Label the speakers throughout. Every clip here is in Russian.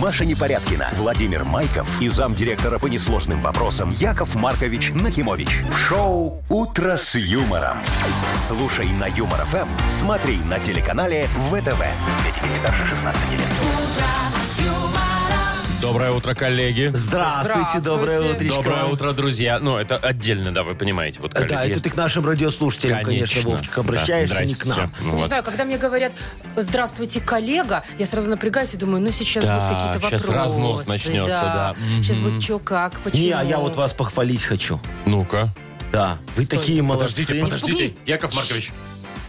Speaker 1: Маша Непорядкина, Владимир Майков и замдиректора по несложным вопросам Яков Маркович Нахимович. В шоу «Утро с юмором». Слушай на Юмор ФМ, смотри на телеканале ВТВ. Для детей старше 16 лет.
Speaker 2: Доброе утро, коллеги.
Speaker 3: Здравствуйте, доброе
Speaker 4: Здравствуйте.
Speaker 3: утречко.
Speaker 2: Доброе утро, друзья. Ну, это отдельно, да, вы понимаете. Вот, коллеги,
Speaker 3: Да, это
Speaker 2: есть.
Speaker 3: ты к нашим радиослушателям, конечно, Вовчик,
Speaker 2: Да,
Speaker 3: обращаешься, не к нам.
Speaker 2: здрасте. Ну,
Speaker 4: Не
Speaker 2: вот.
Speaker 4: знаю, когда мне говорят «Здравствуйте, коллега», я сразу напрягаюсь и думаю, ну сейчас
Speaker 2: Да,
Speaker 4: будут какие-то
Speaker 2: щас
Speaker 4: вопросы.
Speaker 2: разнос начнется, да. Мгм.
Speaker 4: Сейчас будет что, как, почему.
Speaker 3: Не, а я вот вас похвалить хочу.
Speaker 2: Ну-ка.
Speaker 3: Да, вы такие молодцы.
Speaker 2: Подождите, подождите.
Speaker 4: Испугни.
Speaker 2: Яков Маркович.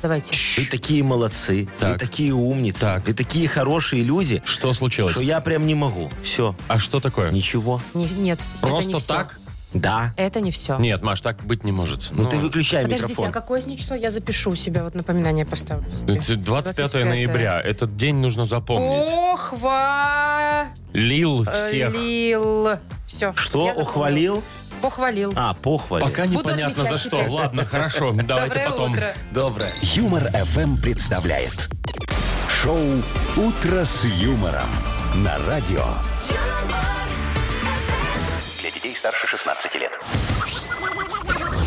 Speaker 4: Давайте.
Speaker 3: Вы такие молодцы,
Speaker 2: Так.
Speaker 3: вы такие умницы,
Speaker 2: Так.
Speaker 3: вы такие хорошие люди,
Speaker 2: Что случилось?
Speaker 3: что я прям не могу. Все,
Speaker 2: А что такое?
Speaker 3: ничего.
Speaker 4: Не- нет, это не
Speaker 2: Просто
Speaker 4: всё.
Speaker 2: так?
Speaker 3: Да.
Speaker 4: Это не все.
Speaker 2: Нет, Маш, так быть не может.
Speaker 3: Ну, ты выключай
Speaker 4: Подождите, а
Speaker 3: микрофон.
Speaker 4: какое сегодня число? Я запишу у себя, вот напоминание поставлю. себе.
Speaker 2: 25,
Speaker 4: 25-е.
Speaker 2: ноября. Этот день нужно запомнить.
Speaker 4: Ох, ва-
Speaker 2: Лил всех.
Speaker 4: лил. Все.
Speaker 3: Что, ухвалил?
Speaker 4: Похвалил.
Speaker 3: А, похвалил.
Speaker 2: Пока
Speaker 4: Буду
Speaker 2: непонятно за
Speaker 4: отмечать
Speaker 2: что.
Speaker 4: теперь.
Speaker 2: Ладно, хорошо. Давайте
Speaker 4: Доброе
Speaker 2: потом.
Speaker 4: утро.
Speaker 3: Доброе.
Speaker 1: Юмор ФМ представляет шоу Утро с юмором на радио. Для детей старше 16 лет.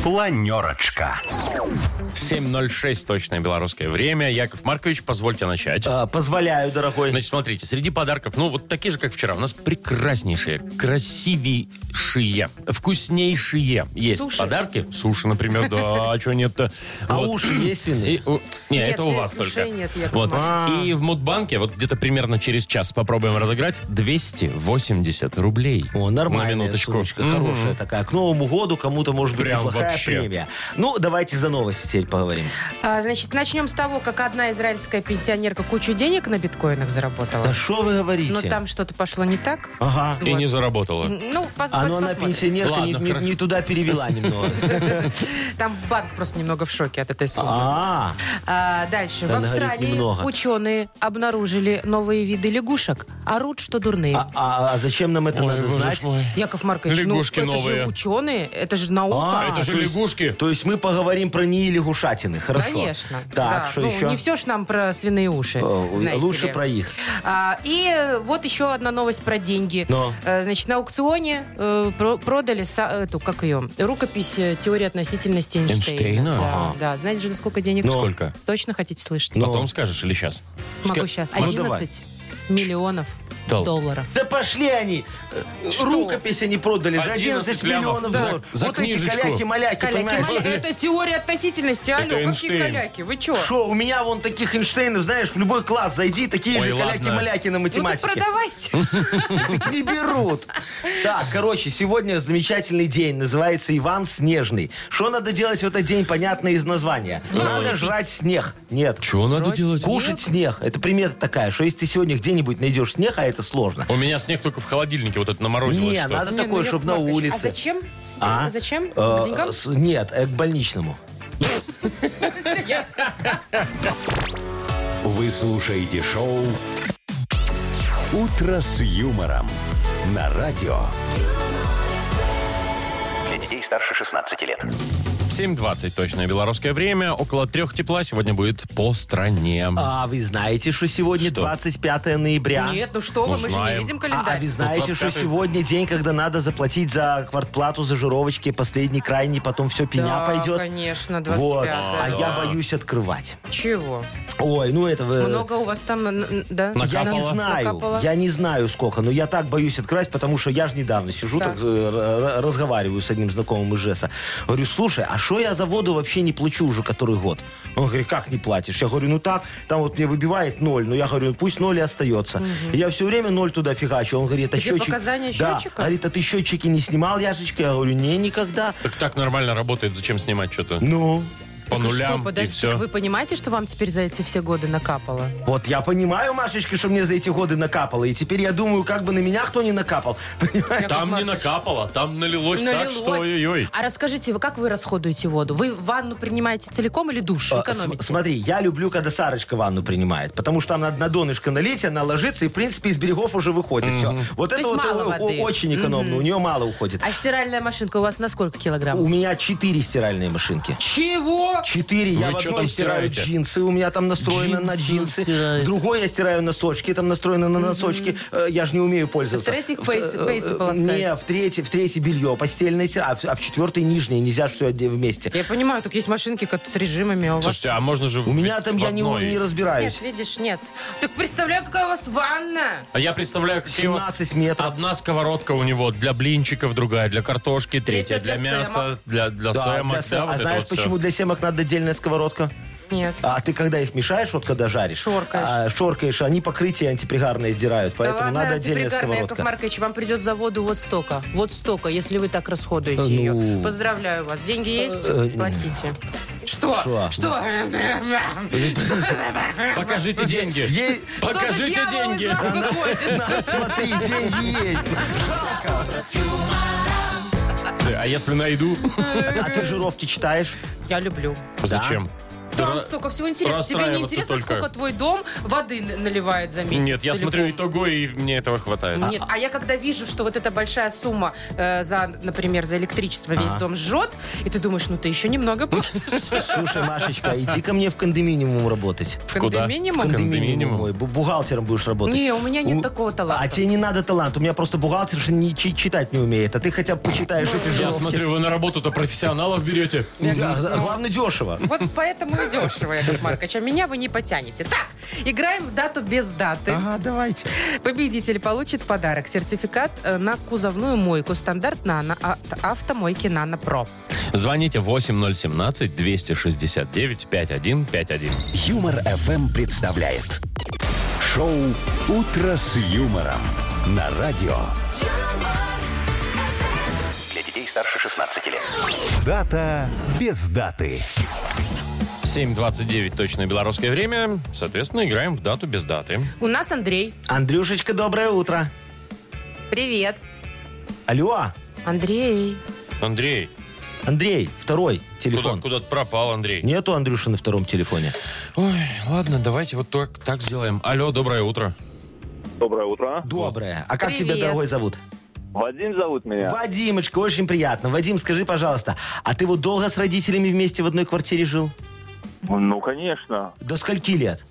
Speaker 1: Планерочка.
Speaker 2: 7.06 точное белорусское время. Яков Маркович, позвольте начать.
Speaker 3: А, позволяю, дорогой.
Speaker 2: Значит, смотрите, среди подарков, ну, вот такие же, как вчера, у нас прекраснейшие, красивейшие, вкуснейшие есть
Speaker 4: Суши.
Speaker 2: подарки. Суши, например, да, чего нет-то.
Speaker 3: а
Speaker 2: Вот.
Speaker 3: уши есть
Speaker 2: И,
Speaker 3: вины?
Speaker 2: у- не,
Speaker 4: Нет,
Speaker 2: это у
Speaker 4: нет,
Speaker 2: вас
Speaker 4: ушей
Speaker 2: только.
Speaker 4: нет, Яков
Speaker 2: вот.
Speaker 3: Маркович.
Speaker 2: И в Мудбанке, вот где-то примерно через час попробуем разыграть, 280 рублей.
Speaker 3: О, нормальная
Speaker 2: На минуточку.
Speaker 3: сумочка,
Speaker 2: М,
Speaker 3: хорошая такая. К Новому году кому-то может быть
Speaker 2: Прям
Speaker 3: неплохая
Speaker 2: вообще.
Speaker 3: премия. Ну, давайте за новости теперь поговорим.
Speaker 4: А, значит, начнем с того, как одна израильская пенсионерка кучу денег на биткоинах заработала.
Speaker 2: А.
Speaker 3: Да что вы говорите?
Speaker 4: Но Ну, там что-то пошло не так.
Speaker 3: Ага.
Speaker 2: И
Speaker 4: Вот.
Speaker 2: не заработала.
Speaker 4: Ну, пос-
Speaker 3: А ну
Speaker 4: пос-
Speaker 3: она
Speaker 4: посмотрим.
Speaker 3: пенсионерка не-
Speaker 2: Ладно,
Speaker 3: не
Speaker 2: хорошо.
Speaker 3: не туда перевела немного.
Speaker 4: Там в банк просто немного в шоке от этой суммы.
Speaker 3: А,
Speaker 4: А, дальше. В
Speaker 3: Она говорит,
Speaker 4: Австралии
Speaker 3: немного.
Speaker 4: ученые обнаружили новые виды лягушек. Орут, что дурные.
Speaker 3: а- а а зачем нам это
Speaker 2: Ой,
Speaker 3: надо
Speaker 2: боже
Speaker 3: знать?
Speaker 2: ж мой.
Speaker 4: Яков Маркович,
Speaker 2: лягушки
Speaker 4: ну это
Speaker 2: новые.
Speaker 4: же ученые, это же наука.
Speaker 3: А,
Speaker 2: это же
Speaker 3: то есть-
Speaker 2: лягушки.
Speaker 3: То есть мы поговорим про НИИ лягушатины, хорошо?
Speaker 4: Конечно.
Speaker 3: Так,
Speaker 4: Да.
Speaker 3: что
Speaker 4: ну,
Speaker 3: еще?
Speaker 4: Не все ж нам про свиные уши.
Speaker 3: О,
Speaker 4: знаете
Speaker 3: Лучше
Speaker 4: ли.
Speaker 3: про их.
Speaker 4: А, и э, вот еще одна новость про деньги.
Speaker 3: Но.
Speaker 4: Э, Значит, на аукционе э, про- продали са- эту, как ее, рукопись э, теории относительности Эйнштейна.
Speaker 2: Эйнштейна?
Speaker 4: Да,
Speaker 3: Ага.
Speaker 4: да. Знаете же, за сколько денег?
Speaker 3: Ну.
Speaker 2: Сколько?
Speaker 4: Точно хотите слышать?
Speaker 3: Ну.
Speaker 2: Потом скажешь или сейчас?
Speaker 4: Могу сейчас.
Speaker 3: Ну, давай.
Speaker 4: 11 миллионов
Speaker 2: Дол-
Speaker 4: долларов.
Speaker 3: Да пошли они! Э, Рукопись они продали за
Speaker 2: 11
Speaker 3: 11
Speaker 2: лямов.
Speaker 3: миллионов
Speaker 2: Да.
Speaker 3: долларов.
Speaker 2: За
Speaker 3: Вот
Speaker 2: книжечку.
Speaker 3: эти каляки-маляки,
Speaker 4: Коляки,
Speaker 3: понимаешь?
Speaker 4: маля- это теория относительности, алло,
Speaker 2: Это
Speaker 4: какие
Speaker 2: Эйнштейн.
Speaker 4: коляки, вы че?
Speaker 3: Шо, у меня вон таких Эйнштейнов, знаешь, в любой класс зайди, такие
Speaker 2: Ой,
Speaker 3: же
Speaker 2: ладно.
Speaker 3: каляки-маляки на
Speaker 4: Ну так
Speaker 3: математике.
Speaker 4: продавайте.
Speaker 3: Так не берут. Так, короче, сегодня замечательный день. Называется Иван Снежный. Что надо делать в этот день, понятно из названия. Надо жрать снег. Нет.
Speaker 2: Чего надо делать?
Speaker 3: Кушать снег. Это примета такая, что если ты сегодня где-нибудь найдешь снег, а это сложно.
Speaker 2: У меня снег только в холодильнике вот это наморозилось.
Speaker 3: Не,
Speaker 2: что.
Speaker 3: надо
Speaker 4: Не, ну,
Speaker 3: такое,
Speaker 4: Яков
Speaker 3: чтобы на
Speaker 4: Маркович,
Speaker 3: улице.
Speaker 4: А зачем? С-
Speaker 3: А?
Speaker 4: Зачем?
Speaker 3: Э,
Speaker 4: К деньгам?
Speaker 3: с- Нет, э, к больничному.
Speaker 4: Всё ясно.
Speaker 1: Вы слушаете шоу Утро с юмором на радио. Для детей старше 16 лет.
Speaker 2: 7.20 точное белорусское время. Около трех тепла сегодня будет по стране.
Speaker 3: А вы знаете, что сегодня 25 ноября?
Speaker 4: Нет, ну что вы, мы же не
Speaker 2: Узнаем.
Speaker 4: видим
Speaker 3: А, а
Speaker 4: календарь.
Speaker 3: вы знаете, что
Speaker 2: 25-й?
Speaker 3: сегодня день, когда надо заплатить за квартплату, за жировочки, последний, крайний, потом все пеня
Speaker 4: Да,
Speaker 3: пойдет?
Speaker 4: конечно, 25
Speaker 3: Вот. А
Speaker 2: да.
Speaker 3: я боюсь открывать.
Speaker 4: Чего?
Speaker 3: Ой, ну это вы...
Speaker 4: Много у вас там, н- н- да?
Speaker 3: Я
Speaker 2: Накапало?
Speaker 3: не знаю,
Speaker 4: Накапало?
Speaker 3: я не знаю сколько, но я так боюсь открывать, потому что я же недавно сижу, так,
Speaker 4: Так.
Speaker 3: э, р- р- разговариваю с одним знакомым из ЖЭСа. Говорю, слушай, а что я за воду вообще не плачу уже который год? Он говорит, как не платишь? Я говорю, ну так, там вот мне выбивает ноль, но я говорю, «Ну пусть ноль и остается. И я все время ноль туда фигачу. Он говорит, а
Speaker 4: Где
Speaker 3: счетчик...
Speaker 4: показания
Speaker 3: да.
Speaker 4: счетчика?
Speaker 3: Говорит, а ты счетчики не снимал, Яшечка? Я говорю, не, никогда.
Speaker 2: Так так нормально работает, зачем снимать что-то?
Speaker 3: Ну,
Speaker 2: По
Speaker 4: Так
Speaker 2: нулям
Speaker 4: что,
Speaker 2: и
Speaker 4: подожди,
Speaker 2: все.
Speaker 4: так вы понимаете, что вам теперь за эти все годы накапало?
Speaker 3: Вот я понимаю, Машечка, что мне за эти годы накапало. И теперь я думаю, как бы на меня кто не накапал. Понимаешь?
Speaker 2: Там не накапало, там налилось, так,
Speaker 4: Налилось.
Speaker 2: что ой-ой-ой.
Speaker 4: А расскажите, вы как вы расходуете воду? Вы ванну принимаете целиком или душ?
Speaker 3: А, см-
Speaker 4: Экономите?
Speaker 3: Смотри, я люблю, когда Сарочка ванну принимает, потому что там надо на донышко налить, она ложится и, в принципе, из берегов уже выходит. Все. Вот это
Speaker 4: есть
Speaker 3: вот э,
Speaker 4: мало
Speaker 3: о- о-
Speaker 4: воды.
Speaker 3: очень экономно, у нее мало уходит.
Speaker 4: А стиральная машинка у вас на сколько килограмм?
Speaker 3: У меня четыре стиральные машинки.
Speaker 4: Чего Что?
Speaker 3: Четыре. Я
Speaker 2: Вы
Speaker 3: в
Speaker 2: чё
Speaker 3: одной
Speaker 2: там
Speaker 3: стираю
Speaker 2: стираете?
Speaker 3: джинсы, у меня там настроено на
Speaker 2: Джинсы
Speaker 3: джинсы.
Speaker 2: стирает.
Speaker 3: В другой я стираю носочки, там настроено на носочки. Э, Я же не умею пользоваться.
Speaker 4: В-третьих,
Speaker 3: В-
Speaker 4: пейсы-
Speaker 3: э,
Speaker 4: пейсы полоскать.
Speaker 3: Не, в третьей, в третьей белье, постельное стираю, а в, а в четвертой нижнее, нельзя все вместе.
Speaker 4: Я понимаю, тут есть машинки как с режимами, а у вас...
Speaker 2: Слушайте, а можно же...
Speaker 3: У меня там я не, не разбираюсь.
Speaker 4: Нет, видишь, нет. Так представляю, какая у вас ванна.
Speaker 2: А я представляю, какие у вас
Speaker 3: 17 метров.
Speaker 2: Одна сковородка у него для блинчиков, другая для картошки, третья
Speaker 4: Третья
Speaker 2: для,
Speaker 4: для
Speaker 2: мяса,
Speaker 4: сэмок.
Speaker 2: для, для
Speaker 3: Да,
Speaker 2: сэмок.
Speaker 3: для сэм-
Speaker 2: да, вот
Speaker 3: а
Speaker 2: это
Speaker 3: знаешь,
Speaker 2: вот всё.
Speaker 3: почему для семок надо отдельная сковородка?
Speaker 4: Нет.
Speaker 3: А ты когда их мешаешь, вот когда жаришь?
Speaker 4: Шоркаешь.
Speaker 3: а, шоркаешь, они покрытие антипригарное сдирают, поэтому
Speaker 4: да ладно,
Speaker 3: надо отдельная
Speaker 4: антипригарная, Яков
Speaker 3: сковородка.
Speaker 4: Маркович, вам придет за воду вот столько. Вот столько, если вы так расходуете
Speaker 3: Ну.
Speaker 4: ее. Поздравляю вас. Деньги есть?
Speaker 3: Э, э,
Speaker 4: Платите. Что?
Speaker 3: Что?
Speaker 4: Что?
Speaker 2: Покажите деньги.
Speaker 3: Е-
Speaker 2: Покажите
Speaker 4: Что за дьявол
Speaker 2: деньги.
Speaker 4: из вас выходит?
Speaker 3: Ну, Смотри, деньги есть.
Speaker 2: А если найду?
Speaker 3: А ты жировки читаешь?
Speaker 4: Я люблю.
Speaker 2: Зачем?
Speaker 4: Там
Speaker 2: Ра-
Speaker 4: столько всего интересного. Тебе не
Speaker 2: расстраиваться
Speaker 4: интересно,
Speaker 2: только.
Speaker 4: сколько твой дом воды н- наливает за месяц?
Speaker 2: Нет, я
Speaker 4: целиком?
Speaker 2: смотрю итого, и мне этого хватает.
Speaker 4: Нет, а я когда вижу, что вот эта большая сумма э, за, например, за электричество весь
Speaker 2: А.
Speaker 4: дом жжет, и ты думаешь, ну ты еще немного платишь.
Speaker 3: Слушай, Машечка, иди ко мне в кондоминиум работать.
Speaker 2: Куда?
Speaker 4: Кондоминиум?
Speaker 2: В
Speaker 3: Кондоминиум
Speaker 2: Кондоминиум.
Speaker 3: мой, бу- бухгалтером будешь работать.
Speaker 4: Не, у меня нет такого таланта.
Speaker 3: А тебе не надо талант. У меня просто бухгалтер же не чи- читать не умеет. А ты хотя бы почитаешь
Speaker 4: Ну,
Speaker 3: эти
Speaker 2: Я
Speaker 3: жировки.
Speaker 2: смотрю, вы на работу-то профессионалов берете.
Speaker 3: Да, а Главное, дешево.
Speaker 4: Вот поэтому и дешево, Яков Маркович. А меня вы не потянете. Так, играем в дату без даты.
Speaker 3: Ага, давайте.
Speaker 4: Победитель получит подарок. Сертификат э, на кузовную мойку. Стандарт «Нано» от автомойки «Нано Про».
Speaker 2: Звоните 8017-269-5151.
Speaker 1: Юмор FM представляет шоу Утро с юмором на радио. Для детей старше 16 лет. Дата без даты.
Speaker 2: 7.29 точное белорусское время. Соответственно, играем в дату без даты.
Speaker 4: У нас Андрей.
Speaker 3: Андрюшечка, доброе утро.
Speaker 4: Привет.
Speaker 3: Алло,
Speaker 4: Андрей.
Speaker 2: Андрей,
Speaker 3: Андрей, второй
Speaker 2: куда,
Speaker 3: телефон.
Speaker 2: куда-то пропал, Андрей.
Speaker 3: Нету Андрюши на втором телефоне.
Speaker 2: Ой, ладно, давайте вот так, так сделаем. Алло, доброе утро.
Speaker 5: Доброе утро.
Speaker 3: Доброе. А как тебя,
Speaker 4: Привет.
Speaker 3: дорогой, зовут?
Speaker 5: Вадим зовут меня.
Speaker 3: Вадимочка, очень приятно. Вадим, скажи, пожалуйста, а ты вот долго с родителями вместе в одной квартире жил?
Speaker 5: Ну, конечно.
Speaker 3: До скольки лет?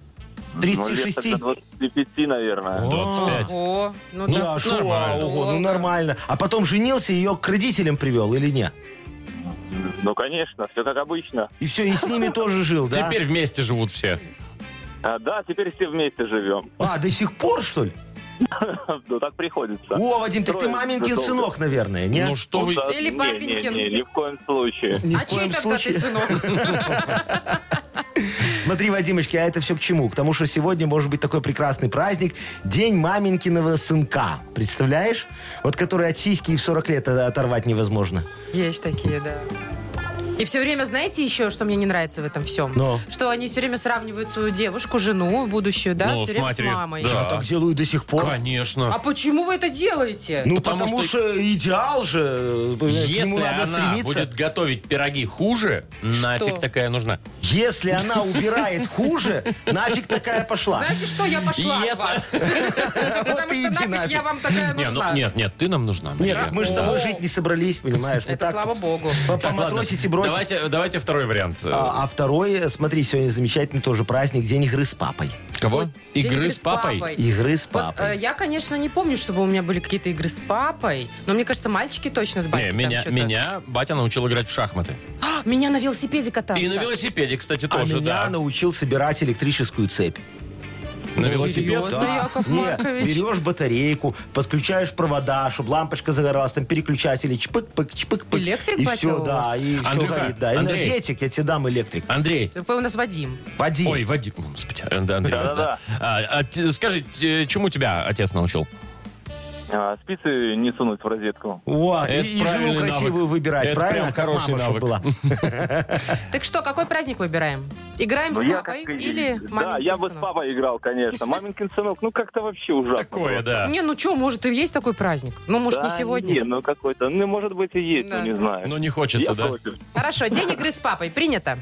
Speaker 3: 36?
Speaker 5: Ну, лет тогда 25, наверное.
Speaker 2: 25.
Speaker 4: О, ну
Speaker 2: Ну,
Speaker 4: да.
Speaker 3: Да, а шо,
Speaker 2: Нормально.
Speaker 3: ого, ну нормально. А потом женился, ее к родителям привел или нет?
Speaker 5: Ну, конечно, все как обычно.
Speaker 3: И все, и с ними тоже жил, да?
Speaker 2: Теперь вместе живут все.
Speaker 5: А, да, теперь все вместе живем.
Speaker 3: А, до сих пор, что ли?
Speaker 5: Ну, так приходится.
Speaker 3: О, Вадим, так ты
Speaker 5: Трое
Speaker 3: маменькин
Speaker 5: долго.
Speaker 3: сынок, наверное, не?
Speaker 2: Ну что вы...
Speaker 5: Да,
Speaker 4: Или
Speaker 5: не,
Speaker 4: папенькин.
Speaker 5: Не, не, ни в коем случае.
Speaker 3: Ни
Speaker 4: А
Speaker 3: в коем
Speaker 4: чей тогда ты
Speaker 3: случае.
Speaker 4: сынок?
Speaker 3: Смотри, Вадимочки, а это все к чему? К тому, что сегодня может быть такой прекрасный праздник День маменькиного сынка. Представляешь? Вот который от сиськи и в 40 лет э, оторвать невозможно.
Speaker 4: Есть такие, да. И все время, знаете, еще, что мне не нравится в этом всем?
Speaker 3: Но.
Speaker 4: Что они все время сравнивают свою девушку, жену будущую, да,
Speaker 2: Ну,
Speaker 4: все
Speaker 2: с
Speaker 4: время
Speaker 2: матерью,
Speaker 4: с мамой.
Speaker 2: да.
Speaker 3: Я так делаю до сих пор.
Speaker 4: А
Speaker 2: Конечно.
Speaker 4: почему вы это делаете?
Speaker 3: Ну,
Speaker 2: Потому
Speaker 3: потому,
Speaker 2: что-
Speaker 3: что... идеал же, э, к нему
Speaker 2: Если
Speaker 3: надо
Speaker 2: она
Speaker 3: стремиться.
Speaker 2: будет готовить пироги хуже, нафиг такая нужна.
Speaker 3: Если она убирает хуже, нафиг такая пошла.
Speaker 4: Знаете что, я пошла от
Speaker 2: Если-
Speaker 4: вас.
Speaker 3: Вот
Speaker 4: Потому
Speaker 3: и
Speaker 4: что
Speaker 3: иди
Speaker 4: нафиг я
Speaker 3: нафиг.
Speaker 4: вам такая
Speaker 2: Не, ну,
Speaker 4: нужна.
Speaker 2: нет, нет, ты нам нужна.
Speaker 3: Нет,
Speaker 2: Мария.
Speaker 3: так мы же с
Speaker 2: Да.
Speaker 3: тобой жить не собрались, понимаешь? Мы
Speaker 4: Это
Speaker 3: так
Speaker 4: слава богу.
Speaker 3: по-
Speaker 2: Так, ладно.
Speaker 3: поматросить и бросить.
Speaker 2: Давайте, давайте второй вариант.
Speaker 3: А, а второй, э, смотри, сегодня замечательный тоже праздник, день игры с папой.
Speaker 2: Кого?
Speaker 4: День
Speaker 2: Игры с папой?
Speaker 3: Игры с
Speaker 4: Вот,
Speaker 3: папой.
Speaker 4: э, я, конечно, не помню, чтобы у меня были какие-то игры с папой, но мне кажется, мальчики точно с батей
Speaker 2: Не,
Speaker 4: там
Speaker 2: меня,
Speaker 4: что-то.
Speaker 2: меня батя научил играть в шахматы.
Speaker 4: А, меня на велосипеде кататься.
Speaker 2: И на велосипеде, кстати,
Speaker 3: А
Speaker 2: тоже,
Speaker 3: меня
Speaker 2: да.
Speaker 3: научил собирать электрическую цепь.
Speaker 2: На велосипед.
Speaker 4: Серьезно, Яков
Speaker 3: Не,
Speaker 4: Маркович?
Speaker 3: берешь батарейку, подключаешь провода, чтобы лампочка загоралась, там переключатели, чпык-пык, чпык-пык.
Speaker 4: Электрик
Speaker 3: и
Speaker 4: батя у
Speaker 3: все,
Speaker 4: вас?
Speaker 3: да, и все
Speaker 2: Андрюха,
Speaker 3: горит, да.
Speaker 2: Андрей.
Speaker 3: Энергетик, я тебе дам электрик.
Speaker 2: Андрей.
Speaker 4: Вы у нас Вадим.
Speaker 3: Вадим.
Speaker 2: Ой, Вадим, господи, э, да, Андрей.
Speaker 5: Да-да-да.
Speaker 2: А, а т- скажи, т- чему тебя отец научил?
Speaker 5: А, спицы не сунуть в розетку.
Speaker 3: О,
Speaker 2: Это
Speaker 3: и, и
Speaker 2: правильный
Speaker 3: жену красивую
Speaker 2: навык.
Speaker 3: выбирать,
Speaker 2: Это
Speaker 3: правильно?
Speaker 2: прям
Speaker 3: Как мама,
Speaker 2: хороший навык.
Speaker 3: чтоб была.
Speaker 4: Так что, какой праздник выбираем? Играем с
Speaker 5: Ну, я
Speaker 4: папой
Speaker 5: как-
Speaker 4: или
Speaker 5: Да, я
Speaker 4: маменькин
Speaker 5: бы с
Speaker 4: сынок?
Speaker 5: папой играл, конечно. Маменькин сынок, ну как-то вообще ужасно.
Speaker 2: Такое,
Speaker 5: было.
Speaker 2: да.
Speaker 4: Не, ну что, может, и есть такой праздник. Ну, может,
Speaker 5: Да,
Speaker 4: не сегодня.
Speaker 5: Не, ну какой-то, ну может быть и есть,
Speaker 4: Да.
Speaker 5: но не знаю.
Speaker 2: Но не хочется,
Speaker 5: Я
Speaker 2: Ну, да?
Speaker 5: против.
Speaker 4: Хорошо, день игры с папой. Принято.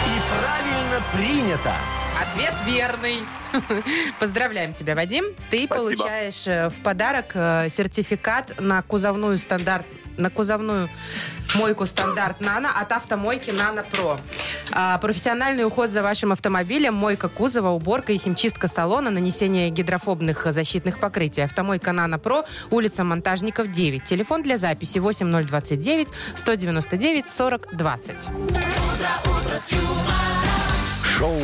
Speaker 3: И правильно принято.
Speaker 4: Ответ верный. Поздравляем тебя, Вадим. Ты
Speaker 5: Спасибо.
Speaker 4: получаешь э, в подарок э, сертификат на кузовную стандарт на кузовную мойку стандарт «Нано» от автомойки «Нано Про». А, профессиональный уход за вашим автомобилем, мойка кузова, уборка и химчистка салона, нанесение гидрофобных защитных покрытий. Автомойка «Нано Про», улица Монтажников, 9. Телефон для записи 8029 199 40 20.
Speaker 1: Шоу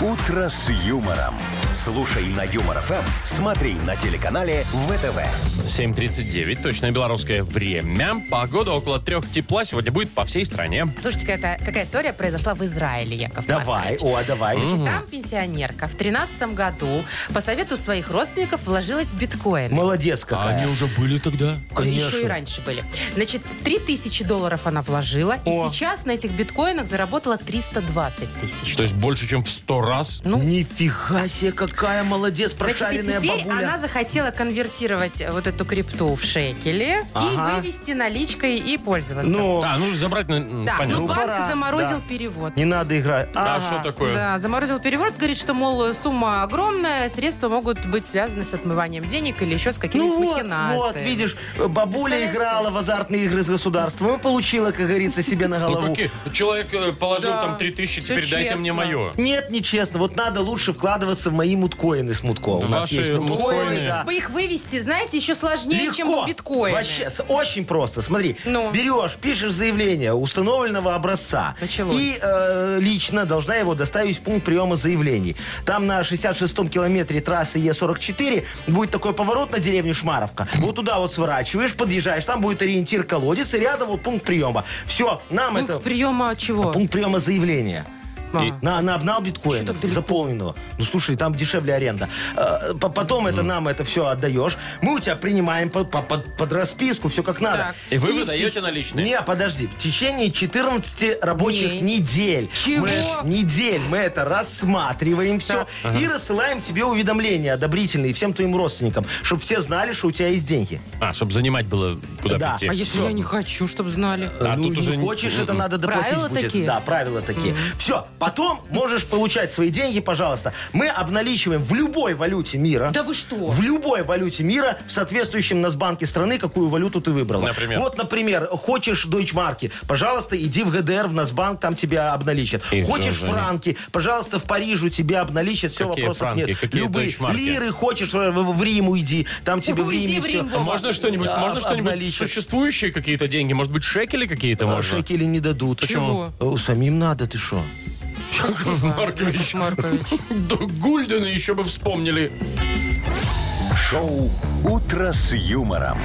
Speaker 1: «Утро с юмором». Слушай на Юмор ФМ, смотри на телеканале ВТВ.
Speaker 2: 7.39, точное белорусское время. Погода около трех тепла сегодня будет по всей стране.
Speaker 4: Слушайте, какая, какая история произошла в Израиле, Яков
Speaker 3: Давай,
Speaker 4: Маркович.
Speaker 3: о, а давай.
Speaker 4: Значит, там пенсионерка в 13 году по совету своих родственников вложилась в биткоин.
Speaker 3: Молодец какая.
Speaker 2: уже были тогда?
Speaker 4: Еще и раньше были. Значит, 3000 долларов она вложила, и сейчас на этих биткоинах заработала 320 тысяч.
Speaker 2: То есть больше, чем в сто раз?
Speaker 4: Ну.
Speaker 3: Нифига себе, какая молодец,
Speaker 4: Значит, и
Speaker 3: прошаренная
Speaker 4: теперь
Speaker 3: бабуля.
Speaker 4: она захотела конвертировать э, вот эту крипту в шекели
Speaker 3: Ага.
Speaker 4: и вывести наличкой и пользоваться.
Speaker 3: Ну,
Speaker 2: А, ну забрать, ну,
Speaker 4: да,
Speaker 2: понятно.
Speaker 4: но банк
Speaker 3: пора,
Speaker 4: заморозил
Speaker 3: да.
Speaker 4: перевод.
Speaker 3: не надо играть.
Speaker 2: А
Speaker 3: Ага.
Speaker 2: что такое?
Speaker 4: Да, заморозил переворот, говорит, что, мол, сумма огромная, средства могут быть связаны с отмыванием денег или еще с какими-нибудь
Speaker 3: Ну вот,
Speaker 4: махинациями.
Speaker 3: вот, видишь, бабуля
Speaker 4: Представляете?
Speaker 3: играла в азартные игры с государством и получила, как говорится, себе на
Speaker 2: Ну,
Speaker 3: голову.
Speaker 2: какие? Человек э, положил
Speaker 4: Да.
Speaker 2: там 3000,
Speaker 4: Всё
Speaker 2: теперь дайте мне
Speaker 4: честно.
Speaker 2: мое.
Speaker 3: Нет, нечестно. Вот надо лучше вкладываться в мои муткоины с мутко. У нас
Speaker 2: Ваши
Speaker 3: есть
Speaker 2: муткоины.
Speaker 3: муткоины, да.
Speaker 4: Бы их вывести, знаете, еще сложнее, чем биткоин.
Speaker 3: Вообще, с- очень просто. Смотри,
Speaker 4: Ну.
Speaker 3: берешь, пишешь заявление установленного образца.
Speaker 4: Началось.
Speaker 3: И э, лично должна его доставить в пункт приема заявлений. Там на 66-м километре трассы Е44 будет такой поворот на деревню Шмаровка. Вот туда вот сворачиваешь, подъезжаешь, там будет ориентир колодец, и рядом вот пункт приема. Все, нам
Speaker 4: Пункт
Speaker 3: это...
Speaker 4: приема чего?
Speaker 3: Пункт приема заявления.
Speaker 4: А.
Speaker 2: И-
Speaker 3: На, на обнал биткоина,
Speaker 4: так далеко?
Speaker 3: заполненного. Ну, слушай, там дешевле аренда. Э, по- потом это нам это все отдаешь. Мы у тебя принимаем по- по- под, под расписку, все как надо.
Speaker 4: Так.
Speaker 2: И вы
Speaker 3: в
Speaker 2: выдаете
Speaker 3: теч-
Speaker 2: наличные?
Speaker 3: Не, подожди. В течение 14 рабочих
Speaker 4: Дней.
Speaker 3: недель.
Speaker 4: Чего?
Speaker 3: Мы, это- недель мы это рассматриваем все и рассылаем тебе уведомления одобрительные всем твоим родственникам, чтобы все знали, что у тебя есть деньги.
Speaker 2: А, чтобы занимать было куда
Speaker 3: Да.
Speaker 2: прийти.
Speaker 4: А если я не хочу, чтобы знали?
Speaker 2: А
Speaker 3: ну,
Speaker 2: тут
Speaker 3: не
Speaker 2: уже не-
Speaker 3: хочешь, это надо доплатить
Speaker 4: Правила
Speaker 3: будет.
Speaker 4: такие?
Speaker 3: Да, правила такие. Все, потом можешь получать свои деньги, пожалуйста. Мы обналичиваем в любой валюте мира.
Speaker 4: Да вы что?
Speaker 3: В любой валюте мира в соответствующем Нацбанке страны, какую валюту ты выбрала.
Speaker 2: Например?
Speaker 3: Вот, например, хочешь дойчмарки, пожалуйста, иди в ГДР, в Нацбанк, там тебя обналичат.
Speaker 2: И всё
Speaker 3: хочешь
Speaker 2: уже не-
Speaker 3: франки, пожалуйста, в Парижу тебя обналичат, все,
Speaker 2: Какие
Speaker 3: вопросов
Speaker 2: франки?
Speaker 3: нет.
Speaker 2: Какие
Speaker 3: Любые
Speaker 2: дойчмарки?
Speaker 3: лиры хочешь, в, в- в Рим уйди, там тебе в
Speaker 4: Уйди
Speaker 3: Риме
Speaker 4: в
Speaker 3: все.
Speaker 4: Рим,
Speaker 2: А Можно что-нибудь,
Speaker 3: Да,
Speaker 2: можно что-нибудь
Speaker 3: обналичат.
Speaker 2: существующие какие-то деньги? Может быть, шекели какие-то можно?
Speaker 3: Шекели не дадут.
Speaker 4: Почему?
Speaker 3: Э, Самим надо, ты что?
Speaker 2: Яков Маркович.
Speaker 4: Яков Маркович.
Speaker 2: Да Гульдены еще бы вспомнили.
Speaker 1: Шоу «Утро с юмором».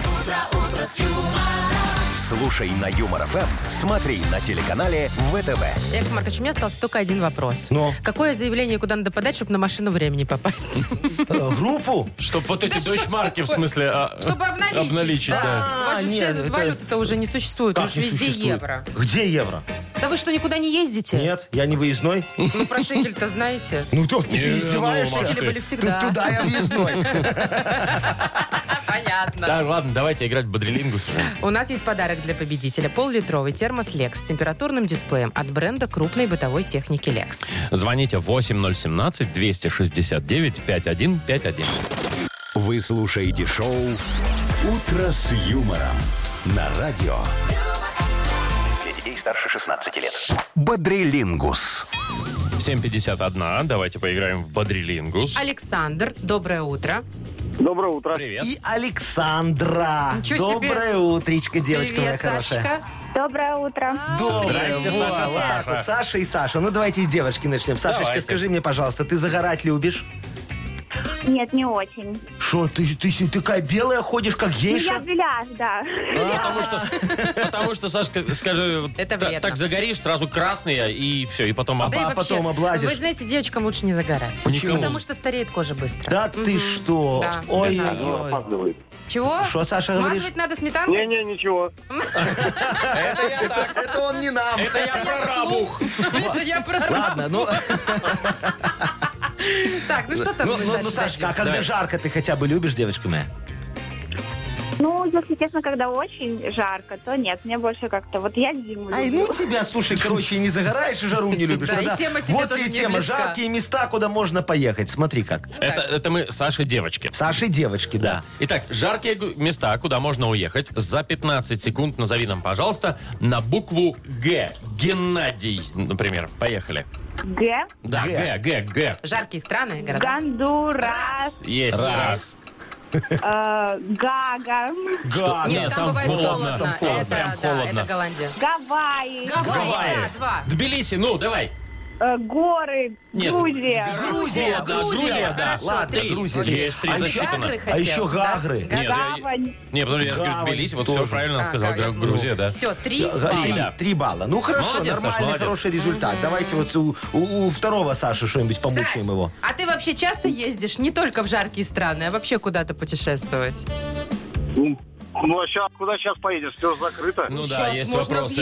Speaker 1: Слушай на Юмор ФМ, смотри на телеканале ВТВ.
Speaker 4: Яков Маркович, у меня остался только один вопрос.
Speaker 3: Ну?
Speaker 4: Какое заявление куда надо подать, чтобы на машину времени попасть?
Speaker 3: Э, Группу?
Speaker 2: Чтоб вот эти
Speaker 4: что ж
Speaker 2: дочь-марки, в
Speaker 4: такое?
Speaker 2: смысле, а,
Speaker 4: Чтобы обналичить.
Speaker 2: обналичить, да.
Speaker 4: У вас же
Speaker 3: А,
Speaker 4: все
Speaker 3: нет,
Speaker 4: тут
Speaker 3: это-
Speaker 4: валюты-то уже не существует,
Speaker 3: Как не
Speaker 4: уже везде
Speaker 3: существует?
Speaker 4: евро.
Speaker 3: Где евро?
Speaker 4: Да вы что, никуда не ездите?
Speaker 3: Нет, я не выездной.
Speaker 4: Ну, про шекель-то знаете.
Speaker 3: Ну то, ты
Speaker 2: ну,
Speaker 3: издеваешься?
Speaker 2: Маш,
Speaker 4: Шекели
Speaker 2: ты.
Speaker 4: были
Speaker 3: Тут
Speaker 4: всегда.
Speaker 3: Туда я выездной.
Speaker 4: Понятно.
Speaker 2: Да, ладно, давайте играть в бодрелингус уже.
Speaker 4: У нас есть подарок для победителя. Пол-литровый термос «Лекс» с температурным дисплеем от бренда крупной бытовой техники «Лекс».
Speaker 2: Звоните 8017-269-5151.
Speaker 1: Вы слушаете шоу «Утро с юмором» на радио. Для детей старше 16 лет. Бодрилингус.
Speaker 2: 751. Давайте поиграем в бодрелингус.
Speaker 4: Александр, доброе утро.
Speaker 5: Доброе
Speaker 4: А
Speaker 5: утро.
Speaker 2: Привет.
Speaker 3: И Александра.
Speaker 4: Ничего себе.
Speaker 3: Доброе утречко, девочка моя
Speaker 4: Привет,
Speaker 3: хорошая.
Speaker 4: Сашечка.
Speaker 6: Доброе утро.
Speaker 3: Доброе.
Speaker 2: Здрасте,
Speaker 3: Во,
Speaker 2: Саша,
Speaker 3: вот
Speaker 2: Саша.
Speaker 3: так вот, Саша и Саша. Ну давайте с девочки начнем. Сашечка,
Speaker 2: Давайте.
Speaker 3: скажи мне, пожалуйста, ты загорать любишь?
Speaker 6: Нет, не очень.
Speaker 3: Что, ты, ты, ты такая белая ходишь, как
Speaker 6: Ну, я
Speaker 3: гейша?
Speaker 6: беляш, да.
Speaker 2: Ну, Потому что, потому что, Сашка, скажи, вот
Speaker 4: Это
Speaker 2: та-
Speaker 4: вредно.
Speaker 2: так загоришь, сразу красный, и все, и потом
Speaker 3: Да
Speaker 2: оба-
Speaker 3: А потом облазишь.
Speaker 4: Вы знаете, девочкам лучше не загорать.
Speaker 3: Почему?
Speaker 4: Потому что стареет кожа быстро.
Speaker 3: Да ты что?
Speaker 4: Да.
Speaker 3: Ой-ой-ой.
Speaker 5: Опаздывает.
Speaker 4: Чего?
Speaker 3: Что, Саша,
Speaker 4: Смазывать
Speaker 3: говоришь?
Speaker 4: надо сметанкой?
Speaker 5: Не-не, ничего.
Speaker 2: Это я так,
Speaker 3: Это он не нам.
Speaker 2: это я про рабух.
Speaker 4: Это я прорвала.
Speaker 3: Ладно, ну...
Speaker 4: Так, ну что там
Speaker 3: Ну,
Speaker 4: вы,
Speaker 3: ну, ну,
Speaker 4: Саша,
Speaker 3: Сашечка, а
Speaker 4: дадим?
Speaker 3: когда
Speaker 2: Да.
Speaker 3: жарко, ты хотя бы любишь, девочка моя?
Speaker 6: Ну, если честно, когда очень жарко, то нет, мне больше как-то... Вот я зиму
Speaker 3: Ай,
Speaker 6: люблю.
Speaker 3: ну тебя, слушай, короче, и не загораешь, и жару не любишь.
Speaker 4: Да, и
Speaker 3: Тогда
Speaker 4: тема тебе
Speaker 3: Вот
Speaker 4: тоже
Speaker 3: тебе
Speaker 4: не
Speaker 3: тема.
Speaker 4: близка.
Speaker 3: Жаркие места, куда можно поехать. Смотри как.
Speaker 2: Это, это мы Саше девочки.
Speaker 3: Саши девочки, да.
Speaker 2: Итак, жаркие гу- места, куда можно уехать. За 15 секунд назови нам, пожалуйста, на букву Г. Геннадий, например. Поехали.
Speaker 6: Г.
Speaker 2: Да, Г,
Speaker 3: Г.
Speaker 2: Г, Г.
Speaker 4: Жаркие страны, города.
Speaker 6: Гондурас.
Speaker 2: Есть. Раз.
Speaker 6: э, Гага.
Speaker 2: Что?
Speaker 4: Нет,
Speaker 2: Нет,
Speaker 4: там,
Speaker 2: там
Speaker 4: бывает
Speaker 2: холодно,
Speaker 4: холодно.
Speaker 2: там холодно,
Speaker 4: Это,
Speaker 2: прям
Speaker 4: да,
Speaker 2: холодно.
Speaker 4: это Голландия.
Speaker 6: Гавайи.
Speaker 4: Гавайи,
Speaker 2: Гавайи.
Speaker 4: да, два.
Speaker 2: Тбилиси, ну, давай.
Speaker 6: э, горы.
Speaker 2: Нет.
Speaker 6: Грузия.
Speaker 2: Грузия, да,
Speaker 4: Грузия,
Speaker 2: Грузия, да.
Speaker 4: хорошо,
Speaker 3: Ладно,
Speaker 4: три.
Speaker 3: Грузия.
Speaker 2: Есть три
Speaker 3: А еще-
Speaker 2: засчитано.
Speaker 4: Гагры
Speaker 2: Нет,
Speaker 4: хотел,
Speaker 3: А еще
Speaker 4: да?
Speaker 3: Гагры.
Speaker 4: Гагры.
Speaker 2: я-
Speaker 6: Гавань.
Speaker 2: Не, потому что я говорю,
Speaker 3: Гавань
Speaker 2: Тбилиси, вот все
Speaker 3: тоже.
Speaker 2: правильно сказал.
Speaker 4: Гавань.
Speaker 2: Грузия, да.
Speaker 4: Все, А, три
Speaker 3: Га-
Speaker 4: балла.
Speaker 3: Три,
Speaker 2: да.
Speaker 3: три балла. Ну хорошо,
Speaker 2: Молодец, Саш,
Speaker 3: нормальный,
Speaker 2: молодец.
Speaker 3: хороший результат. Давайте вот у, у- у второго Саши что-нибудь
Speaker 4: Саш,
Speaker 3: помучаем его.
Speaker 4: а ты вообще часто ездишь не только в жаркие страны, а вообще куда-то путешествовать?
Speaker 5: Ну, а сейчас, куда сейчас поедешь? Все закрыто.
Speaker 2: Ну да,
Speaker 4: Сейчас
Speaker 2: есть
Speaker 4: можно в
Speaker 2: вопросы.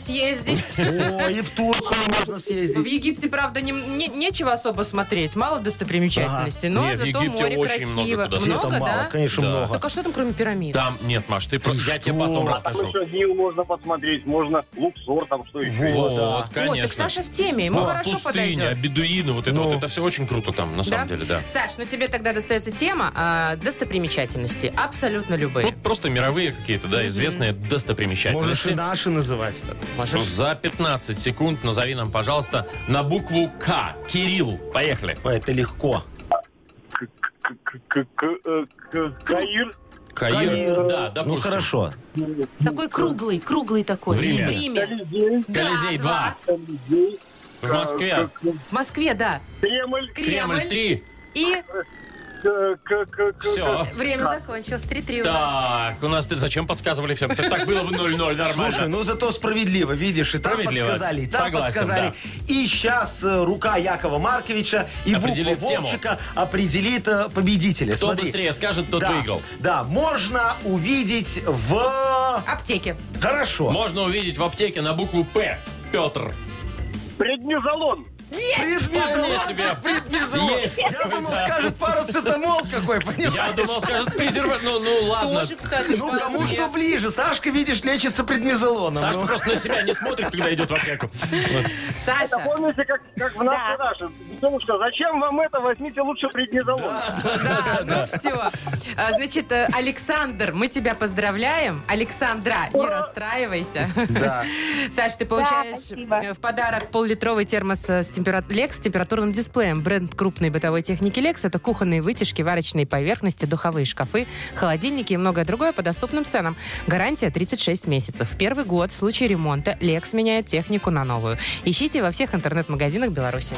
Speaker 4: съездить.
Speaker 3: О, и в Турцию можно
Speaker 4: В
Speaker 3: съездить.
Speaker 4: Египте, правда, не- не- нечего особо смотреть, мало достопримечательностей, но
Speaker 2: Не, в
Speaker 4: зато
Speaker 2: Египте
Speaker 4: море
Speaker 2: очень много
Speaker 4: красиво.
Speaker 2: туда.
Speaker 3: Где там мало,
Speaker 4: да?
Speaker 3: конечно,
Speaker 2: Да.
Speaker 4: Так
Speaker 3: много.
Speaker 4: а что там, кроме пирамид?
Speaker 2: Там, нет, Маш, ты, про- я
Speaker 3: что?
Speaker 2: тебе потом
Speaker 3: А
Speaker 5: Там
Speaker 2: расскажу.
Speaker 5: еще Нил можно посмотреть, можно Луксор, там что еще.
Speaker 3: Во, да.
Speaker 2: Вот, конечно.
Speaker 4: О, так Саша в теме, ему
Speaker 2: Ну,
Speaker 4: хорошо
Speaker 2: пустыня,
Speaker 4: подойдет.
Speaker 2: бедуины, вот это
Speaker 3: Ну.
Speaker 2: вот, это все очень круто там, на самом деле, да.
Speaker 4: Саш, ну тебе тогда достается тема а, достопримечательности, абсолютно
Speaker 2: Ну,
Speaker 4: любые.
Speaker 2: просто мировые какие-то, да, известные
Speaker 3: Можешь и
Speaker 2: достопримечательности.
Speaker 3: наши называть.
Speaker 2: За 15 секунд назови нам, пожалуйста, на букву К. Кирилл, поехали.
Speaker 3: Ой, это легко.
Speaker 5: К- к- к- к- к- э, к- Каир.
Speaker 2: Каир, да, допустим.
Speaker 3: Ну хорошо.
Speaker 2: Ну,
Speaker 4: Такой круглый, круглый такой.
Speaker 2: В Риме.
Speaker 5: Колизей.
Speaker 4: Да,
Speaker 2: Колизей
Speaker 4: два.
Speaker 2: 2.
Speaker 5: Колизей.
Speaker 2: В Москве.
Speaker 5: К- к-
Speaker 4: В Москве, да.
Speaker 5: Кремль.
Speaker 2: Кремль 3.
Speaker 4: И
Speaker 5: к- к- к- к-
Speaker 2: Все.
Speaker 4: время закончилось. 3-3 у нас.
Speaker 2: Так, у нас ты зачем подсказывали всем? Так так было бы 0-0,
Speaker 3: Слушай,
Speaker 2: нормально.
Speaker 3: ну зато справедливо, видишь, и там
Speaker 2: Справедливо.
Speaker 3: подсказали, и там
Speaker 2: Согласен,
Speaker 3: подсказали. И сейчас рука Якова Марковича и
Speaker 2: Определит
Speaker 3: буква
Speaker 2: тему.
Speaker 3: Вовчика определит э, победителя.
Speaker 2: Кто
Speaker 3: Смотри.
Speaker 2: быстрее скажет, тот
Speaker 3: да,
Speaker 2: выиграл.
Speaker 3: Да, можно увидеть в...
Speaker 4: Аптеки.
Speaker 3: Хорошо.
Speaker 2: Можно увидеть в аптеке на букву П. Петр.
Speaker 5: Преднизолон.
Speaker 3: Предмезолон,
Speaker 2: Вполне себе.
Speaker 3: так предмезолон.
Speaker 2: Есть
Speaker 3: Я думал,
Speaker 2: какой-то.
Speaker 3: скажет парацетамол какой,
Speaker 2: Я
Speaker 3: понимаешь?
Speaker 2: думал, скажет презерватив. Ну, ну ладно.
Speaker 4: Тоже, кстати,
Speaker 3: Ну, кому
Speaker 4: вполне.
Speaker 3: что ближе. Сашка, видишь, лечится предмезолоном.
Speaker 2: Сашка
Speaker 3: Ну.
Speaker 2: просто на себя не смотрит, когда идет в аптеку. Вот.
Speaker 5: Это
Speaker 4: Саша,
Speaker 5: помните, как, как Ну, в нашей
Speaker 6: Да.
Speaker 5: Раше? Солнышко, зачем вам это? Возьмите лучше преднизолон.
Speaker 4: да, ну все. Значит, э, Александр, мы тебя поздравляем. Александра, не расстраивайся.
Speaker 3: Да.
Speaker 4: Саш, ты получаешь
Speaker 6: спасибо.
Speaker 4: э, в подарок пол-литровый термос э, с темпера- Lex с температурным дисплеем. Бренд крупной бытовой техники Lex это кухонные вытяжки, варочные поверхности, духовые шкафы, холодильники и многое другое по доступным ценам. Гарантия 36 месяцев. В первый год в случае ремонта Lex меняет технику на новую. Ищите во всех интернет-магазинах Беларуси.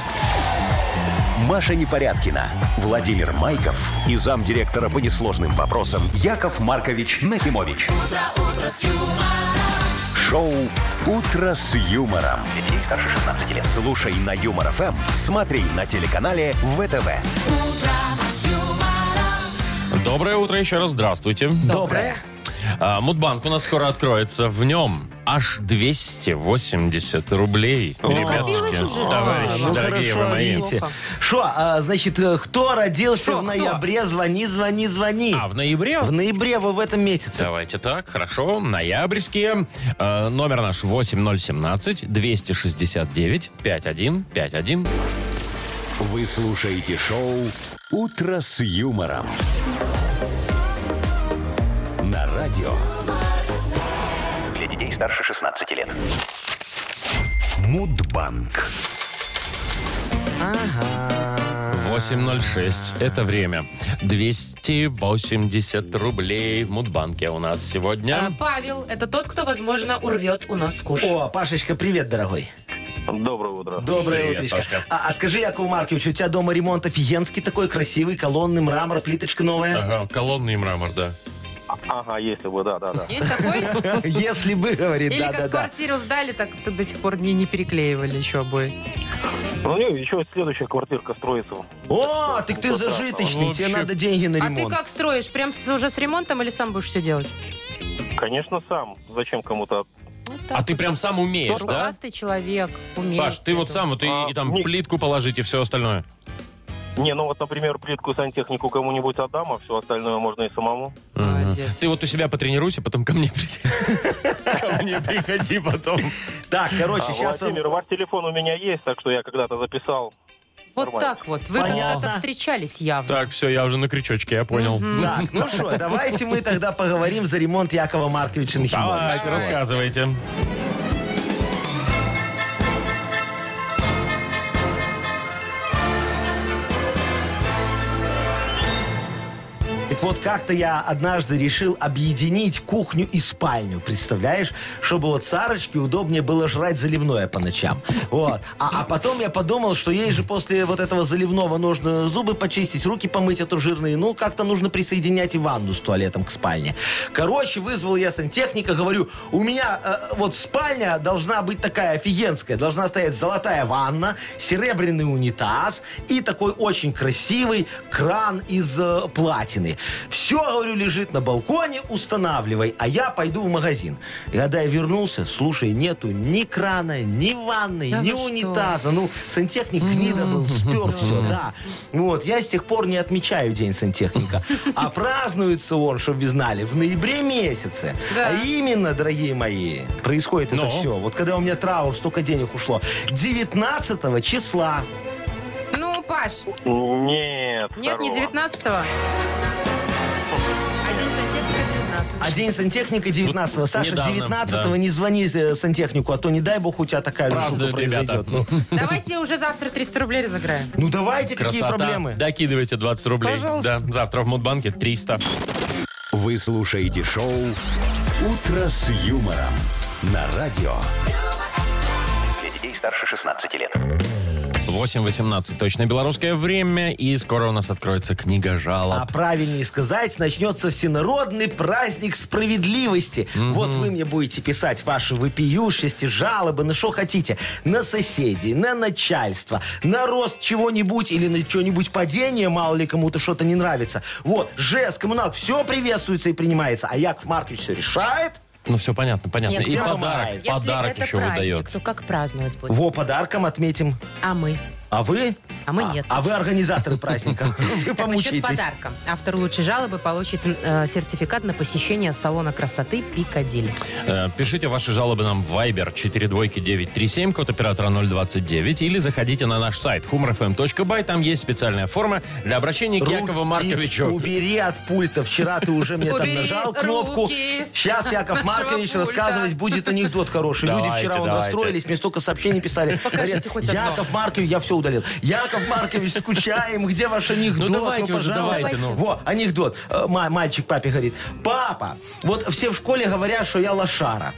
Speaker 1: Маша Непорядкина, Владимир Майков и замдиректора по несложным вопросам Яков Маркович Нахимович. Шоу Утро с юмором. Для детей старше 16 лет. Слушай на юмор ФМ, смотри на телеканале ВТВ.
Speaker 2: Доброе утро еще раз, здравствуйте.
Speaker 3: Доброе.
Speaker 2: А, Мудбанк у нас скоро откроется. В нем аж 280 рублей, ребятушки. Товарищи,
Speaker 3: Ну
Speaker 2: дорогие вы
Speaker 3: хорошо,
Speaker 2: мои.
Speaker 3: видите.
Speaker 4: Плохо.
Speaker 3: Шо, а, значит, э, кто родился
Speaker 4: Шо,
Speaker 3: в
Speaker 4: кто?
Speaker 3: ноябре, звони, звони, звони.
Speaker 2: А в ноябре?
Speaker 3: В ноябре вы в этом месяце.
Speaker 2: Давайте так, хорошо. Ноябрьские. Э, номер наш 8017-269-5151.
Speaker 1: Вы слушаете шоу Утро с юмором. На радио. Для детей старше 16 лет. Мудбанк.
Speaker 2: 8.06. Это время. 280 рублей в Мудбанке у нас
Speaker 4: Э,
Speaker 2: сегодня.
Speaker 4: Павел, это тот, кто, возможно, урвет у нас куш.
Speaker 3: О, Пашечка, привет, дорогой.
Speaker 5: Доброе утро.
Speaker 3: Доброе
Speaker 2: Привет,
Speaker 3: утречко.
Speaker 2: Пашка.
Speaker 3: А, а скажи, Яков Маркович, у тебя дома ремонт офигенский такой, красивый, колонны, мрамор, плиточка новая?
Speaker 2: Ага, колонны и мрамор, да.
Speaker 5: Ага, если бы, да, да, да.
Speaker 4: Есть такой?
Speaker 3: Если бы, говорит,
Speaker 4: Или как
Speaker 3: да-да-да.
Speaker 4: квартиру сдали, так до сих пор не, не переклеивали еще обои.
Speaker 5: Ну, и еще следующая квартирка строится.
Speaker 3: О, так ты зажиточный,
Speaker 2: Вообще.
Speaker 3: тебе надо деньги на
Speaker 4: А ты
Speaker 3: ремонт.
Speaker 4: как строишь? Прям с- уже с ремонтом или сам будешь все делать?
Speaker 5: Конечно, сам. Зачем кому-то?
Speaker 4: Вот так.
Speaker 2: А ты прям сам умеешь, да?
Speaker 4: Рукастый человек, умеет.
Speaker 2: Паш, ты вот
Speaker 4: это.
Speaker 2: сам вот и, и там
Speaker 5: А,
Speaker 2: плитку положить и все остальное.
Speaker 5: Не, ну вот, например, плитку, сантехнику кому-нибудь отдам, а все остальное можно и самому.
Speaker 4: А, это Обалдеть.
Speaker 2: Ты вот у себя потренируйся, потом ко мне приди. Ко мне приходи потом.
Speaker 3: Так, короче,
Speaker 2: А,
Speaker 5: А,
Speaker 3: сейчас
Speaker 7: Владимир, ваш телефон у меня есть, так что я когда-то записал.
Speaker 4: Вот
Speaker 7: Нормально.
Speaker 4: так вот. Вы
Speaker 3: Понятно.
Speaker 4: когда-то встречались явно.
Speaker 2: Так, все, я уже на крючочке, я понял.
Speaker 3: Так, ну что, давайте мы тогда поговорим за ремонт Якова Марковича Нахимовича.
Speaker 2: Давайте, рассказывайте.
Speaker 3: Так вот, как-то я однажды решил объединить кухню и спальню, представляешь? Чтобы вот Сарочке удобнее было жрать заливное по ночам. Вот. А, а потом я подумал, что ей же после вот этого заливного нужно зубы почистить, руки помыть, а то жирные. Ну, как-то нужно присоединять и ванну с туалетом к спальне. Короче, вызвал я сантехника, говорю, у меня э, вот спальня должна быть такая офигенская. Должна стоять золотая ванна, серебряный унитаз и такой очень красивый кран из э, платины. Все, говорю, лежит на балконе, устанавливай, а я пойду в магазин. И когда я вернулся, слушай, нету ни крана, ни ванны,
Speaker 4: Да
Speaker 3: ни
Speaker 4: вы что?
Speaker 3: унитаза. Ну, сантехник гнида был, спер все, да. Вот, я с тех пор не отмечаю День сантехника. А празднуется он, чтобы вы знали, в ноябре месяце.
Speaker 4: Да.
Speaker 3: А именно, дорогие мои, происходит это
Speaker 2: Ну?
Speaker 3: все. Вот когда у меня траур, столько денег ушло. 19 числа.
Speaker 4: Ну, Паш,
Speaker 7: Нет,
Speaker 4: нет, не
Speaker 7: второго.
Speaker 4: 19-го. А день сантехника 19
Speaker 3: А день сантехника 19
Speaker 2: Вот
Speaker 3: Саша,
Speaker 2: недавно,
Speaker 3: 19
Speaker 2: да.
Speaker 3: не звони э, сантехнику, а то не дай бог у тебя такая же
Speaker 2: Празднуют
Speaker 3: штука
Speaker 2: ребята.
Speaker 3: произойдет. Ну,
Speaker 4: Давайте уже завтра 300 рублей разыграем.
Speaker 3: ну давайте, какие
Speaker 2: Красота.
Speaker 3: проблемы?
Speaker 2: Докидывайте 20 рублей.
Speaker 4: Пожалуйста.
Speaker 2: Да, завтра в Мудбанке 300.
Speaker 1: Вы слушаете шоу «Утро с юмором» на радио. Для детей старше 16 лет.
Speaker 2: 8.18. Точно белорусское время. И скоро у нас откроется книга
Speaker 3: А
Speaker 2: жалоб.
Speaker 3: правильнее сказать, начнется всенародный праздник справедливости. Вот вы мне будете писать ваши вопиющести, жалобы, на что хотите. На соседей, на начальство, на рост чего-нибудь или на что-нибудь падение, мало ли кому-то что-то не нравится. Вот, жест, коммуналка, все приветствуется и принимается. А Яков Маркович все решает.
Speaker 2: Ну, все понятно, понятно.
Speaker 4: Нет,
Speaker 2: И
Speaker 4: всё
Speaker 2: подарок,
Speaker 3: помогает.
Speaker 2: подарок еще выдает.
Speaker 4: то как праздновать будем?
Speaker 3: Во, подарком отметим.
Speaker 4: А мы?
Speaker 3: А вы?
Speaker 4: А мы нет.
Speaker 3: А вы организаторы праздника. Вы
Speaker 4: Так, насчет
Speaker 3: помучаетесь.
Speaker 4: подарка. Автор лучшей жалобы получит э, сертификат на посещение салона красоты Пикадиль.
Speaker 2: Э, Пишите ваши жалобы нам в Viber 42937, код оператора 029, или заходите на наш сайт humorfm.by. Там есть специальная форма для обращения к Якову
Speaker 3: Руки
Speaker 2: Марковичу.
Speaker 3: Убери от пульта. Вчера ты уже мне там
Speaker 4: Убери
Speaker 3: нажал кнопку.
Speaker 4: руки
Speaker 3: Сейчас Яков
Speaker 4: нашего
Speaker 3: Маркович
Speaker 4: пульта.
Speaker 3: рассказывать будет анекдот хороший. Люди
Speaker 2: Давайте,
Speaker 3: вчера он
Speaker 2: давайте.
Speaker 3: расстроились, мне столько сообщений писали.
Speaker 4: Покажите
Speaker 3: Говорят,
Speaker 4: хоть одно.
Speaker 3: Яков Маркович, я все удалил. Яков Маркович, скучаем, где ваш анекдот?
Speaker 2: Ну, давайте уже,
Speaker 3: пожалуйста.
Speaker 2: давайте, ну.
Speaker 3: Во, анекдот. Э, ма- Мальчик папе говорит, папа, вот все в школе говорят, что я лошара.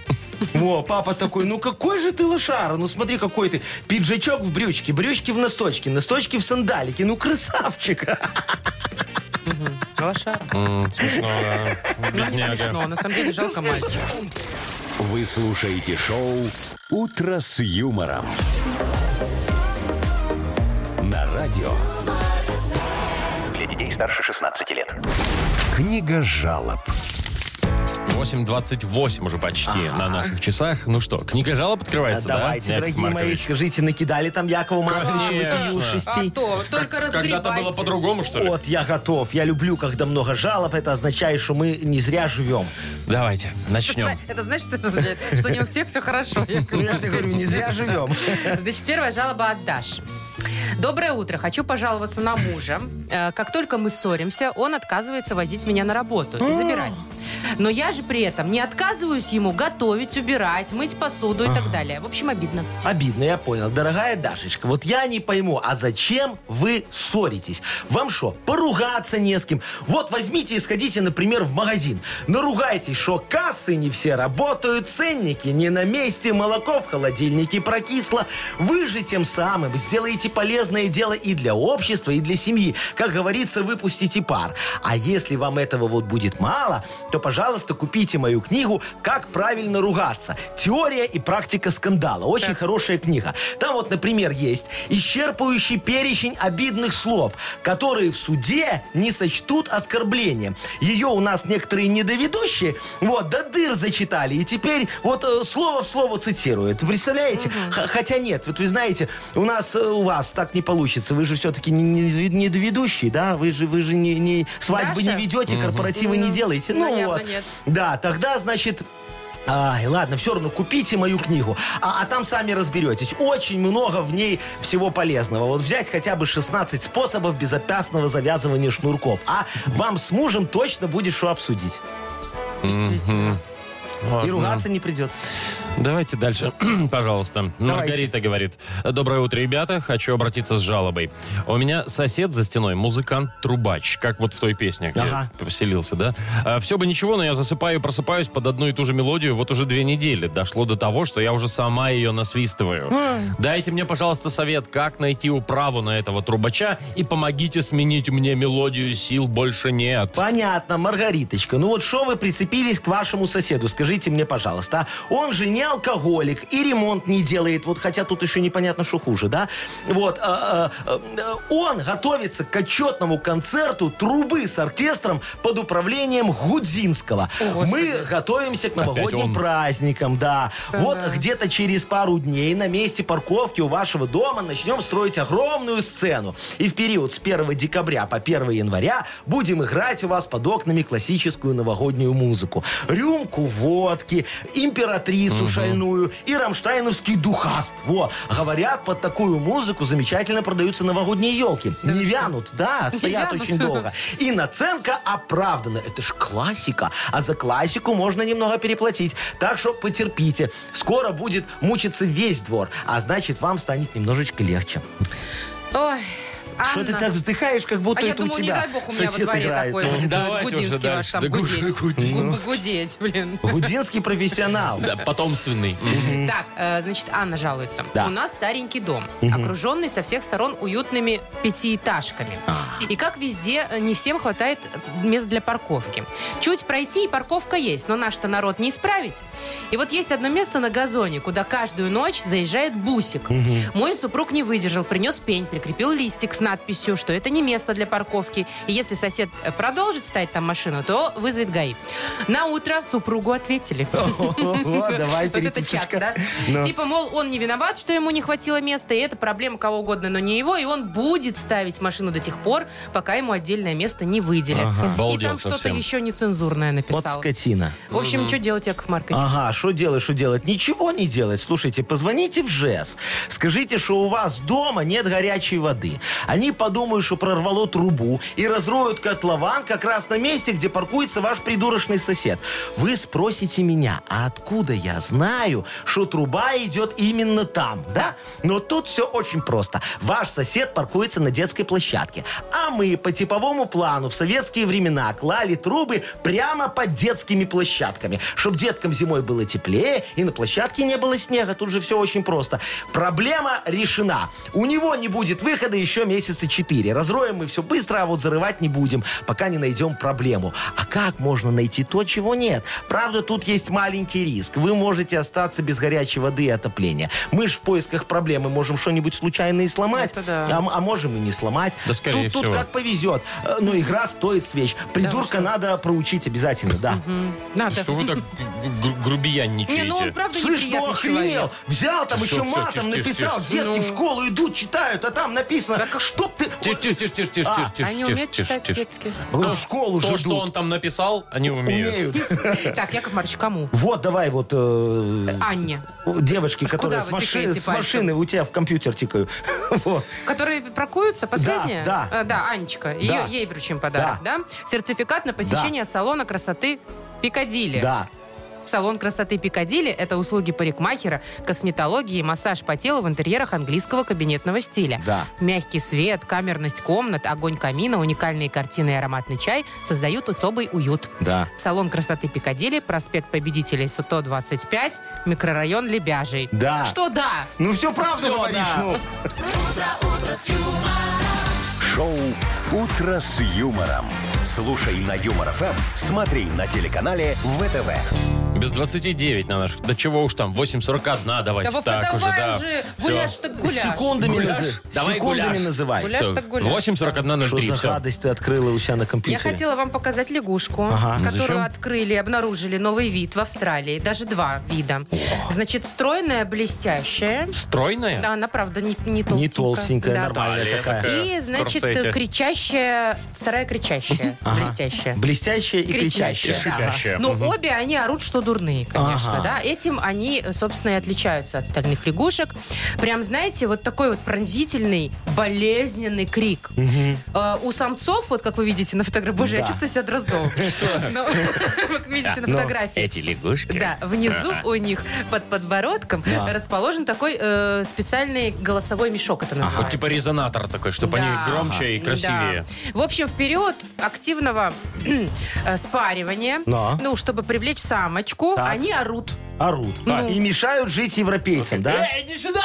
Speaker 3: Во, папа такой, ну какой же ты лошара, ну смотри какой ты. Пиджачок в брючке, брючки в носочке, носочки в сандалике, ну красавчик.
Speaker 4: Лошара.
Speaker 2: М, Смешно, да.
Speaker 4: Ну, не
Speaker 2: Бедняга.
Speaker 4: смешно. На самом деле жалко мальчика.
Speaker 1: Вы слушаете шоу «Утро с юмором» на радио.
Speaker 8: Для детей старше 16 лет.
Speaker 1: Книга жалоб.
Speaker 2: 8.28 уже почти на наших часах. Ну что, книга жалоб открывается, да?
Speaker 3: Давайте,
Speaker 2: Яков
Speaker 3: дорогие мои,
Speaker 2: Маркович?
Speaker 3: скажите, накидали там Якову Марковичу
Speaker 2: Конечно.
Speaker 4: А
Speaker 3: вопиюшестей?
Speaker 4: то, только
Speaker 2: Когда-то было
Speaker 4: разгребайте.
Speaker 2: по-другому, что ли?
Speaker 3: Вот, я готов. Я люблю, когда много жалоб. Это означает, что мы не зря живем.
Speaker 2: Давайте, начнем.
Speaker 4: Это знаешь, что это означает? Что не у всех все хорошо. Яков
Speaker 3: Ну, я же тебе говорю, не зря живем.
Speaker 4: Значит, первая жалоба от Даши. Доброе утро. Хочу пожаловаться на мужа. Э, Как только мы ссоримся, он отказывается возить меня на работу
Speaker 3: А.
Speaker 4: и забирать. Но я же при этом не отказываюсь ему готовить, убирать, мыть посуду и так далее. В общем, обидно.
Speaker 3: Обидно, я понял. Дорогая Дашечка, вот я не пойму, а зачем вы ссоритесь? Вам что, поругаться не с кем? Вот возьмите и сходите, например, в магазин. Наругайтесь, что кассы не все работают, ценники не на месте, молоко в холодильнике прокисло. Вы же тем самым сделаете полезное дело и для общества, и для семьи. Как говорится, выпустите пар. А если вам этого вот будет мало, то, пожалуйста, купите мою книгу «Как правильно ругаться. Теория и практика скандала». Очень хорошая книга. Там вот, например, есть исчерпывающий перечень обидных слов, которые в суде не сочтут оскорблением. Ее у нас некоторые недоведущие вот, до дыр зачитали, и теперь вот э, слово в слово цитируют. Представляете? Х- Хотя нет, вот вы знаете, у нас, э, у вас вас так не получится. Вы же все-таки не, не- не ведущий, да? Вы же, вы же не, не- свадьбы не
Speaker 4: Даша?
Speaker 3: ведете, корпоративы не делаете.
Speaker 4: ну,
Speaker 3: Ну,
Speaker 4: явно
Speaker 3: вот.
Speaker 4: нет.
Speaker 3: Да, тогда, значит... Ай, ладно, все равно купите мою книгу, а, а там сами разберетесь. Очень много в ней всего полезного. Вот взять хотя бы 16 способов безопасного завязывания шнурков. А вам с мужем точно будет что обсудить.
Speaker 4: Действительно.
Speaker 2: Ладно.
Speaker 3: И ругаться не придется.
Speaker 2: Давайте дальше, пожалуйста. Маргарита говорит. Доброе утро, ребята. Хочу обратиться с жалобой. У меня сосед за стеной музыкант-трубач, как вот в той песне, где
Speaker 3: Ага.
Speaker 2: ты поселился, да? все бы ничего, но я засыпаю и просыпаюсь под одну и ту же мелодию вот уже две недели. Дошло до того, что я уже сама ее насвистываю.
Speaker 3: А.
Speaker 2: Дайте мне, пожалуйста, совет, как найти управу на этого трубача и помогите сменить мне мелодию «Сил больше нет».
Speaker 3: Понятно, Маргариточка. Ну вот что вы прицепились к вашему соседу? Скажите мне, пожалуйста. а? Он же не алкоголик и ремонт не делает. Вот хотя тут еще непонятно, что хуже, да? Вот. э, э, э, он готовится к отчетному концерту трубы с оркестром под управлением Гудзинского. Мы готовимся к новогодним
Speaker 2: он.
Speaker 3: праздникам, да. Вот где-то через пару дней на месте парковки у вашего дома начнем строить огромную сцену. И в период с 1 декабря по 1 января будем играть у вас под окнами классическую новогоднюю музыку. Рюмку водки, императрицу шальную и рамштайновский духаст. Во, говорят, под такую музыку замечательно продаются новогодние елки. Не вянут, да, стоят
Speaker 4: вянут.
Speaker 3: очень долго. И наценка оправдана. Это ж классика. А за классику можно немного переплатить. Так что потерпите. Скоро будет мучиться весь двор. А значит, вам станет немножечко легче.
Speaker 4: Ой,
Speaker 3: Что ты
Speaker 4: Анна.
Speaker 3: так вздыхаешь, как будто
Speaker 4: а я
Speaker 3: это
Speaker 4: думаю,
Speaker 3: у
Speaker 4: не
Speaker 3: тебя
Speaker 4: дай бог, у меня во
Speaker 3: сосед
Speaker 4: дворе
Speaker 3: играет.
Speaker 4: такой
Speaker 3: Ну,
Speaker 4: будет.
Speaker 2: давайте уже
Speaker 4: Гудинский ваш
Speaker 2: дальше.
Speaker 4: там
Speaker 2: Да гу-
Speaker 4: гудеть.
Speaker 2: Гудинский.
Speaker 4: Гу- Гудеть, блин.
Speaker 3: Гудинский профессионал.
Speaker 2: Да, потомственный.
Speaker 4: Так, э, значит, Анна жалуется.
Speaker 3: Да.
Speaker 4: У нас старенький дом, окруженный со всех сторон уютными пятиэтажками.
Speaker 3: А.
Speaker 4: И как везде, э, не всем хватает э, мест для парковки. Чуть пройти, и парковка есть, но наш-то народ не исправить. И вот есть одно место на газоне, куда каждую ночь заезжает бусик. Мой супруг не выдержал, принес пень, прикрепил листик с надписью, что это не место для парковки. И если сосед э, продолжит ставить там машину, то вызовет ГАИ. На утро супругу ответили.
Speaker 3: О, А давай,
Speaker 4: Вот это чат,
Speaker 3: переписочка.
Speaker 4: да?
Speaker 3: Ну.
Speaker 4: Типа, мол, он не виноват, что ему не хватило места, и это проблема кого угодно, но не его, и он будет ставить машину до тех пор, пока ему отдельное место не выделят. И
Speaker 2: Обалдел
Speaker 4: там что-то
Speaker 2: совсем.
Speaker 4: еще нецензурное
Speaker 3: Вот
Speaker 4: написал.
Speaker 3: скотина.
Speaker 4: В общем, что делать, Яков Маркович?
Speaker 3: Ага, что делать, что делать? Ничего не делать. Слушайте, позвоните в ЖЭС. Скажите, что у вас дома нет горячей воды. Они подумают, что прорвало трубу и разроют котлован как раз на месте, где паркуется ваш придурочный сосед. Вы спросите меня, а откуда я знаю, что труба идет именно там, да? Но тут все очень просто. Ваш сосед паркуется на детской площадке. А мы по типовому плану в советские времена клали трубы прямо под детскими площадками, чтобы деткам зимой было теплее и на площадке не было снега. Тут же все очень просто. Проблема решена. У него не будет выхода еще месяца четыре. Разроем мы все быстро, а вот зарывать не будем, пока не найдем проблему. А как можно найти то, чего нет? Правда, тут есть маленький риск. Вы можете остаться без горячей воды и отопления. Мы же в поисках проблемы можем что-нибудь случайно и сломать,
Speaker 4: Это да.
Speaker 3: а, м- а можем и не сломать.
Speaker 2: Да, скорее
Speaker 3: тут, тут
Speaker 2: всего.
Speaker 3: как повезет. Э, Но игра стоит свеч. Придурка надо проучить обязательно, да.
Speaker 4: Надо.
Speaker 2: Что вы так гру- грубиянничаете?
Speaker 4: Не, ну он правда
Speaker 3: Слышь, что
Speaker 4: неприятный человек. Ну.
Speaker 3: охренел? Взял там
Speaker 2: Всё,
Speaker 3: еще
Speaker 2: всё,
Speaker 3: матом
Speaker 2: тише, тише,
Speaker 3: написал.
Speaker 2: тише.
Speaker 3: Детки в школу идут, читают, а там написано, чтоб ты...
Speaker 2: Тише, тише, тише, тише, тише, тише,
Speaker 4: А, Они
Speaker 2: тише,
Speaker 4: умеют
Speaker 2: тише,
Speaker 4: читать
Speaker 2: тише.
Speaker 4: детки?
Speaker 3: В школу же
Speaker 2: То, что
Speaker 3: идут.
Speaker 2: он там написал, они умеют.
Speaker 3: Умеют.
Speaker 4: Так, Яков Маркович, кому?
Speaker 3: Вот давай вот э,
Speaker 4: Анне,
Speaker 3: девочки, которые
Speaker 4: А вы
Speaker 3: с, маши-
Speaker 4: тыкаете
Speaker 3: с
Speaker 4: пальцем?
Speaker 3: машины у тебя в компьютер тикают. Вот.
Speaker 4: которые паркуются, последняя?
Speaker 3: да.
Speaker 4: А, да, Анечка. Ее-
Speaker 3: Да.
Speaker 4: Ей вручим подарок, да? Сертификат на посещение салона красоты Пикадилли.
Speaker 3: Да.
Speaker 4: Салон красоты Пикадилли – это услуги парикмахера, косметологии и массаж по телу в интерьерах английского кабинетного стиля.
Speaker 3: Да.
Speaker 4: Мягкий свет, камерность комнат, огонь камина, уникальные картины и ароматный чай создают особый уют.
Speaker 3: Да.
Speaker 4: Салон красоты Пикадилли, проспект Победителей 125, микрорайон Лебяжий.
Speaker 3: Да.
Speaker 4: Что да?
Speaker 3: Ну все правду говоришь, ну.
Speaker 1: Шоу «Утро с юмором». Слушай на Юмор ФМ, смотри на телеканале ВТВ.
Speaker 2: Без 29 на наших. Да чего уж там, 8.41
Speaker 4: Да,
Speaker 2: давайте
Speaker 4: Вов,
Speaker 2: так
Speaker 4: давай
Speaker 2: уже, да.
Speaker 4: же,
Speaker 2: Всё.
Speaker 4: гуляш так
Speaker 3: С
Speaker 4: гуляш.
Speaker 3: секундами,
Speaker 2: Гуляш?
Speaker 3: назы-
Speaker 2: Давай
Speaker 3: секундами
Speaker 2: гуляш.
Speaker 3: называй.
Speaker 4: Гуляш так гуляш.
Speaker 2: 8.41.03,
Speaker 3: Что за
Speaker 2: всё.
Speaker 3: гадость ты открыла у себя на
Speaker 4: Я
Speaker 3: компьютере?
Speaker 4: хотела вам показать лягушку,
Speaker 3: Ага.
Speaker 4: которую
Speaker 2: Зачем?
Speaker 4: открыли, обнаружили новый вид в Австралии. Даже два вида. Значит, стройная, блестящая.
Speaker 2: Стройная?
Speaker 4: Да, она, правда, не, не толстенькая.
Speaker 3: Не толстенькая,
Speaker 4: Да.
Speaker 3: нормальная
Speaker 2: Талия
Speaker 3: такая.
Speaker 2: такая.
Speaker 4: И,
Speaker 2: В
Speaker 4: значит,
Speaker 2: корсете.
Speaker 4: кричащая, вторая кричащая,
Speaker 3: Ага.
Speaker 4: блестящая.
Speaker 3: Блестящая и кричащая.
Speaker 4: да.
Speaker 2: кричащая,
Speaker 4: Но
Speaker 2: мгм.
Speaker 4: обе они орут, что дурные, конечно,
Speaker 3: Ага.
Speaker 4: да. Этим они, э, собственно, и отличаются от остальных лягушек. Прям, знаете, вот такой вот пронзительный, болезненный крик. Э, у самцов, вот как вы видите на фотографии, боже, я
Speaker 3: Да.
Speaker 4: чувствую себя дроздом. Ну, Как видите на
Speaker 2: Ну,
Speaker 4: фотографии.
Speaker 2: Эти лягушки.
Speaker 4: Да, внизу у них под подбородком
Speaker 3: Да.
Speaker 4: расположен такой э, специальный голосовой мешок, это называется.
Speaker 2: Вот типа резонатор такой, чтобы
Speaker 4: Да.
Speaker 2: они громче и
Speaker 4: Да.
Speaker 2: красивее.
Speaker 4: В общем, в период активного э, спаривания,
Speaker 3: Да.
Speaker 4: ну, чтобы привлечь самочку,
Speaker 3: Так.
Speaker 4: они орут.
Speaker 3: Орут. А,
Speaker 4: Ну.
Speaker 3: И мешают жить европейцам, да?
Speaker 2: Э, иди сюда!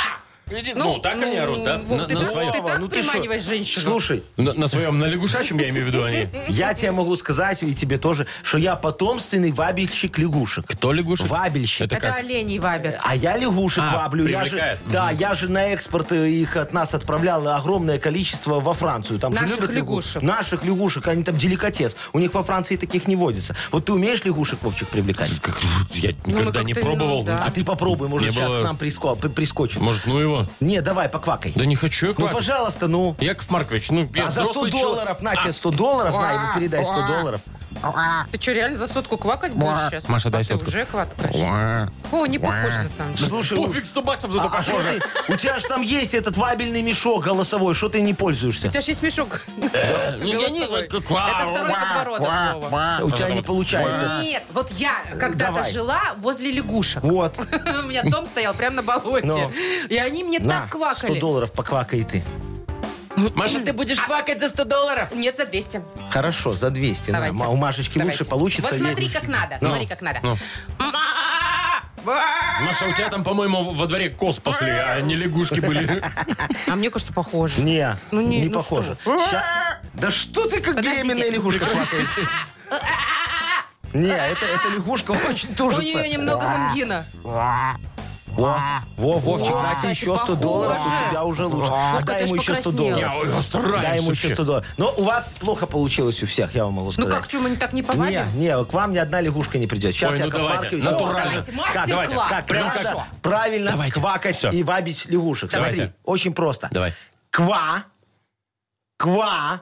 Speaker 2: Иди- Ну, так они
Speaker 4: ну,
Speaker 2: орут, да?
Speaker 4: вот
Speaker 2: На-
Speaker 4: ты,
Speaker 2: на
Speaker 4: так,
Speaker 2: своем-
Speaker 4: ты так
Speaker 3: Ну ты шо?
Speaker 4: приманиваешь женщину.
Speaker 3: Слушай,
Speaker 2: На на своем, на лягушачьем я имею в виду они.
Speaker 3: я тебе могу сказать, и тебе тоже, что я потомственный вабельщик лягушек.
Speaker 2: Кто лягушек?
Speaker 3: Вабельщик.
Speaker 2: Это
Speaker 4: это
Speaker 2: как?
Speaker 4: оленей вабят.
Speaker 3: А я лягушек
Speaker 2: А,
Speaker 3: ваблю. Я же,
Speaker 2: привлекает.
Speaker 3: да, я же на экспорт э, их от нас отправлял огромное количество во Францию. Там
Speaker 4: Наших
Speaker 3: же любят
Speaker 4: лягушек.
Speaker 3: Наших лягушек, они там деликатес. У них во Франции таких не водится. Вот ты умеешь лягушек, Вовчик, привлекать?
Speaker 2: Как- Я
Speaker 4: мы
Speaker 2: никогда не
Speaker 4: Ну, как-то не
Speaker 2: пробовал.
Speaker 4: надо.
Speaker 3: А ты попробуй, может,
Speaker 2: Не
Speaker 3: сейчас
Speaker 2: было-
Speaker 3: к нам приско... при- прискочит.
Speaker 2: Может, ну его?
Speaker 3: Не, давай, поквакай.
Speaker 2: Да не хочу я
Speaker 3: ну,
Speaker 2: квакать.
Speaker 3: пожалуйста, ну.
Speaker 2: Яков Маркович, ну, я
Speaker 3: А за 100
Speaker 2: взрослый человек.
Speaker 3: долларов, на
Speaker 4: А.
Speaker 3: тебе 100 долларов, на, ему передай 100 долларов.
Speaker 4: Ты что, реально за сотку квакать будешь сейчас?
Speaker 2: Маша,
Speaker 4: А
Speaker 2: дай
Speaker 4: ты
Speaker 2: сотку.
Speaker 4: уже квакаешь. О, не похоже на самом деле.
Speaker 3: Слушай,
Speaker 2: Пофиг, 100 баксов
Speaker 3: у-
Speaker 2: зато
Speaker 3: а что
Speaker 2: похоже.
Speaker 3: ты- у тебя же там есть этот вабельный мешок голосовой, что ты не пользуешься?
Speaker 4: У тебя же есть мешок. голосовой.
Speaker 2: Это
Speaker 4: Это второй подбородок, Вова.
Speaker 3: У тебя не получается.
Speaker 4: Нет, вот я когда-то
Speaker 3: Давай.
Speaker 4: жила возле лягушек.
Speaker 3: Вот.
Speaker 4: У меня дом стоял прямо на болоте.
Speaker 3: Ну.
Speaker 4: И они мне
Speaker 3: На,
Speaker 4: так
Speaker 3: 100
Speaker 4: квакали.
Speaker 3: долларов поквакай ты.
Speaker 2: Маша, ты будешь квакать за 100 долларов?
Speaker 4: Нет, за 200.
Speaker 3: Хорошо, за 200. на.
Speaker 4: Давайте.
Speaker 3: Ма- У Машечки
Speaker 4: Давайте.
Speaker 3: лучше получится.
Speaker 4: Вот
Speaker 3: ей-
Speaker 4: смотри, как надо. Смотри, как надо. А
Speaker 2: Маша, у тебя там, по-моему, во дворе коз пасли, а не лягушки были.
Speaker 4: мне кажется, похоже.
Speaker 3: Не,
Speaker 4: Ну не-
Speaker 3: не,
Speaker 4: ну
Speaker 3: похоже. Ща- Да что ты как
Speaker 4: Подождите.
Speaker 3: беременная лягушка квакаете? Не, это, эта лягушка очень
Speaker 4: У
Speaker 3: тужится.
Speaker 4: нее немного мангина.
Speaker 3: Во, во, Вовчик,
Speaker 4: Во,
Speaker 3: на тебе
Speaker 4: кстати,
Speaker 3: еще 100 долларов,
Speaker 4: похоже.
Speaker 3: у тебя уже лучше.
Speaker 4: Вовка,
Speaker 3: Отдай
Speaker 4: ты
Speaker 3: ему
Speaker 4: ж
Speaker 3: еще 100
Speaker 4: покраснел.
Speaker 3: долларов.
Speaker 2: Я ой, стараюсь
Speaker 3: Дай ему еще
Speaker 2: вообще.
Speaker 3: 100 долларов. Но у вас плохо получилось у всех, я вам могу
Speaker 4: Ну
Speaker 3: сказать.
Speaker 4: как, что мы не так не
Speaker 3: Не,
Speaker 4: повадим?
Speaker 3: не, к вам ни одна лягушка не придет. Сейчас
Speaker 2: Ой, ну
Speaker 3: Яков
Speaker 2: давайте,
Speaker 3: Маркович-
Speaker 2: натурально.
Speaker 4: Давайте,
Speaker 3: Как,
Speaker 4: мастер-класс.
Speaker 3: как
Speaker 2: Прям
Speaker 3: надо
Speaker 2: как-
Speaker 3: правильно
Speaker 2: Давайте.
Speaker 3: квакать
Speaker 2: Всё.
Speaker 3: и вабить лягушек.
Speaker 2: Давайте.
Speaker 3: Смотри, очень просто.
Speaker 2: Давай.
Speaker 3: Ква, ква,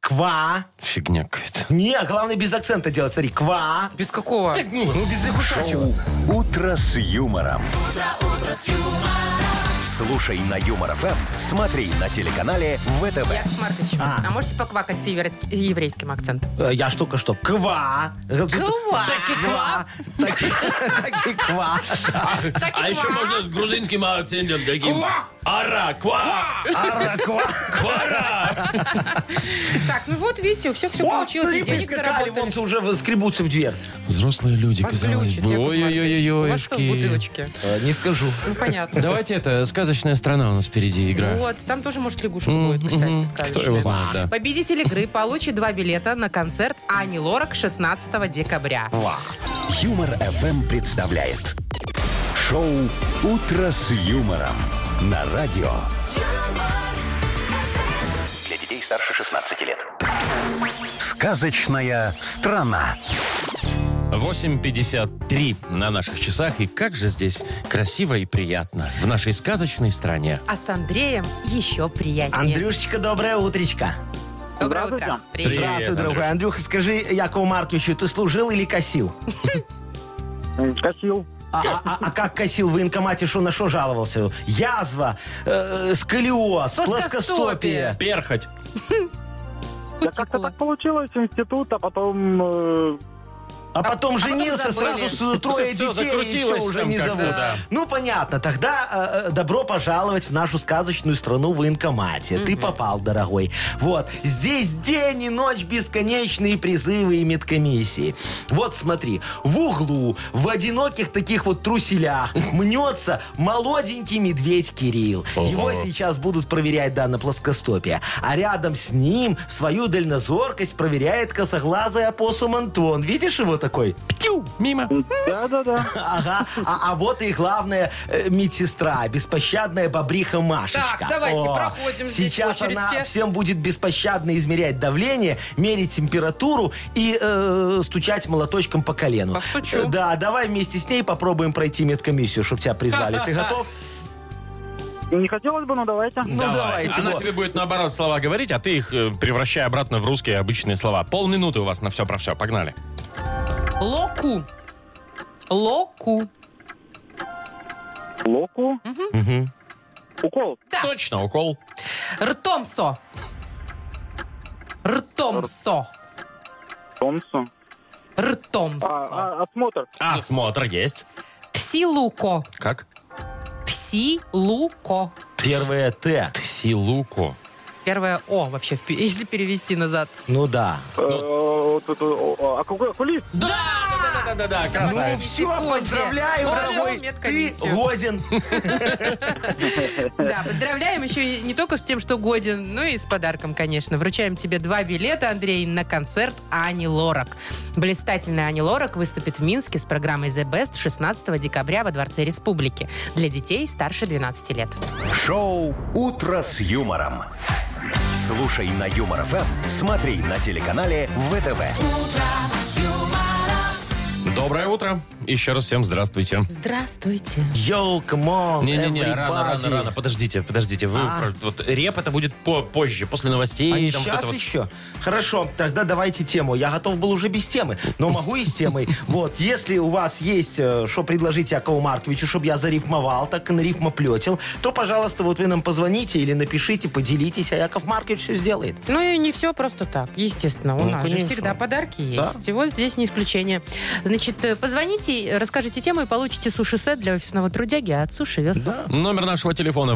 Speaker 3: ква.
Speaker 2: Фигня какая-то.
Speaker 3: Не, а главное без акцента делать. Смотри, ква.
Speaker 4: Без какого?
Speaker 3: Ну, без лягушачьего.
Speaker 1: Утро с юмором. Слушай на Юмор ФМ, смотри на телеканале ВТВ.
Speaker 4: Яков Маркович,
Speaker 3: А.
Speaker 4: а можете поквакать с еврейски- еврейским акцентом?
Speaker 3: Э, Я ж только что. Ква.
Speaker 4: Ква.
Speaker 3: Так и ква. Так и- так и ква.
Speaker 2: А еще можно с грузинским акцентом таким. Ара, ква, А,
Speaker 3: Ара, ква.
Speaker 2: квара.
Speaker 4: Так, ну вот видите, все, все
Speaker 3: О,
Speaker 4: получилось, и
Speaker 3: смотри,
Speaker 4: денег
Speaker 3: прискакали,
Speaker 4: заработали.
Speaker 3: вон уже скребутся в дверь.
Speaker 2: Взрослые люди,
Speaker 4: Вас
Speaker 2: казалось
Speaker 4: глючит,
Speaker 2: бы.
Speaker 4: Яков Маркович. У
Speaker 2: Ой-ой-ой-ой.
Speaker 4: вас что, бутылочки?
Speaker 3: Э, Не скажу.
Speaker 4: Ну, понятно.
Speaker 2: Давайте это, сказочная страна у нас впереди игра.
Speaker 4: Вот, там тоже, может, лягушка
Speaker 2: Мгм,
Speaker 4: будет, кстати,
Speaker 2: мгм. Кто
Speaker 4: сказочная.
Speaker 2: его знает, да.
Speaker 4: Победитель игры получит два билета на концерт Ани Лорак 16 декабря.
Speaker 1: Юмор ФМ представляет шоу Утро с юмором на радио.
Speaker 8: Для детей старше 16 лет.
Speaker 1: Сказочная страна.
Speaker 2: 8.53 на наших часах. И как же здесь красиво и приятно. В нашей сказочной стране.
Speaker 4: А с Андреем еще приятнее.
Speaker 3: Андрюшечка, доброе утречко.
Speaker 4: Доброе утро.
Speaker 2: Привет,
Speaker 3: Здравствуй, дорогой.
Speaker 2: Андрюш.
Speaker 3: Андрюха, скажи Якову Марковичу, ты служил или косил?
Speaker 5: Косил.
Speaker 3: А, а- а как косил в военкомате, что на что жаловался? Язва, э, сколиоз, плоскостопие.
Speaker 4: Плоскостопие.
Speaker 2: Перхоть.
Speaker 5: Да как-то
Speaker 4: Кутикула.
Speaker 5: так получилось, институт, а потом... э,
Speaker 3: А потом женился,
Speaker 4: забыли.
Speaker 3: сразу с- трое
Speaker 2: Всё
Speaker 3: детей, и все
Speaker 2: закрутилось
Speaker 3: уже
Speaker 2: там
Speaker 3: не
Speaker 2: как-то,
Speaker 3: зовут.
Speaker 2: да.
Speaker 3: Ну, понятно. Тогда э, э, добро пожаловать в нашу сказочную страну в военкомате. Ты попал, дорогой. Вот. Здесь день и ночь бесконечные призывы и медкомиссии. Вот смотри. В углу, в одиноких таких вот труселях мнется молоденький медведь Кирилл. Его
Speaker 2: Ого.
Speaker 3: сейчас будут проверять, да, на плоскостопие. А рядом с ним свою дальнозоркость проверяет косоглазый опоссум Антон. Видишь его такой.
Speaker 2: Птю! Мимо.
Speaker 5: Да-да-да.
Speaker 3: Ага. А, а вот и главная э, медсестра, беспощадная бобриха Машечка.
Speaker 4: Так, давайте, проходим здесь
Speaker 3: Сейчас
Speaker 4: очередь
Speaker 3: она
Speaker 4: всех.
Speaker 3: всем будет беспощадно измерять давление, мерить температуру и э, стучать молоточком по колену.
Speaker 4: Постучу.
Speaker 3: Э, Да, давай вместе с ней попробуем пройти медкомиссию, чтобы тебя призвали. Ты готов?
Speaker 5: Не хотелось бы, но давайте.
Speaker 3: Ну, давайте.
Speaker 2: Она
Speaker 3: вот.
Speaker 2: тебе будет наоборот слова говорить, а ты их э, превращай обратно в русские обычные слова. Полминуты у вас на все про все. Погнали.
Speaker 4: Локу. Локу.
Speaker 5: Локу. Укол.
Speaker 4: Да.
Speaker 2: Точно, укол.
Speaker 4: Ртомсо. Ртомсо.
Speaker 5: Томсу.
Speaker 4: Ртомсо.
Speaker 5: А, а, осмотр.
Speaker 2: Осмотр есть.
Speaker 4: Псилуко.
Speaker 2: Как?
Speaker 4: Псилуко.
Speaker 3: Первое Т.
Speaker 2: Силуко.
Speaker 4: Первое О вообще, впе- если перевести назад.
Speaker 3: Ну да.
Speaker 5: Э, вот это, о, о, аку- Окулист.
Speaker 2: Да! Да-да-да-да-да,
Speaker 3: Ну
Speaker 2: красавец.
Speaker 3: все,
Speaker 4: секунде.
Speaker 3: поздравляю,
Speaker 4: Прошел
Speaker 3: дорогой. Ты
Speaker 4: медкомиссию.
Speaker 3: годен.
Speaker 4: Да, поздравляем еще и не только с тем, что годен, но и с подарком, конечно. Вручаем тебе два билета, Андрей, на концерт Ани Лорак. Блистательная Ани Лорак выступит в Минске с программой The Best 16 декабря во Дворце Республики для детей старше 12 лет.
Speaker 1: Шоу «Утро с юмором». Слушай на Юмор ФМ, смотри на телеканале ВТВ.
Speaker 3: Ну.
Speaker 2: Доброе утро. Еще раз всем здравствуйте.
Speaker 4: Здравствуйте.
Speaker 3: Йоу, камон,
Speaker 2: Не-не-не, рано, рано,
Speaker 3: everybody.
Speaker 2: рано. Подождите, подождите. Вы
Speaker 3: А.
Speaker 2: про- вот реп это будет по- позже, после новостей.
Speaker 3: А
Speaker 2: там вот
Speaker 3: сейчас
Speaker 2: это вот.
Speaker 3: еще? Хорошо, тогда давайте тему. Я готов был уже без темы, но могу и с темой. Вот, если у вас есть, э, что предложить Якову Марковичу, чтобы я зарифмовал, так и на рифмоплетил, то, пожалуйста, вот вы нам позвоните или напишите, поделитесь, а Яков Маркович все сделает.
Speaker 4: Ну и не все просто так, естественно. У
Speaker 3: Ну,
Speaker 4: нас же
Speaker 3: конечно.
Speaker 4: всегда подарки
Speaker 3: Да.
Speaker 4: есть. И вот здесь не исключение. Значит, э, позвоните, расскажите тему и получите суши-сет для офисного трудяги от Суши Весла.
Speaker 2: Номер нашего телефона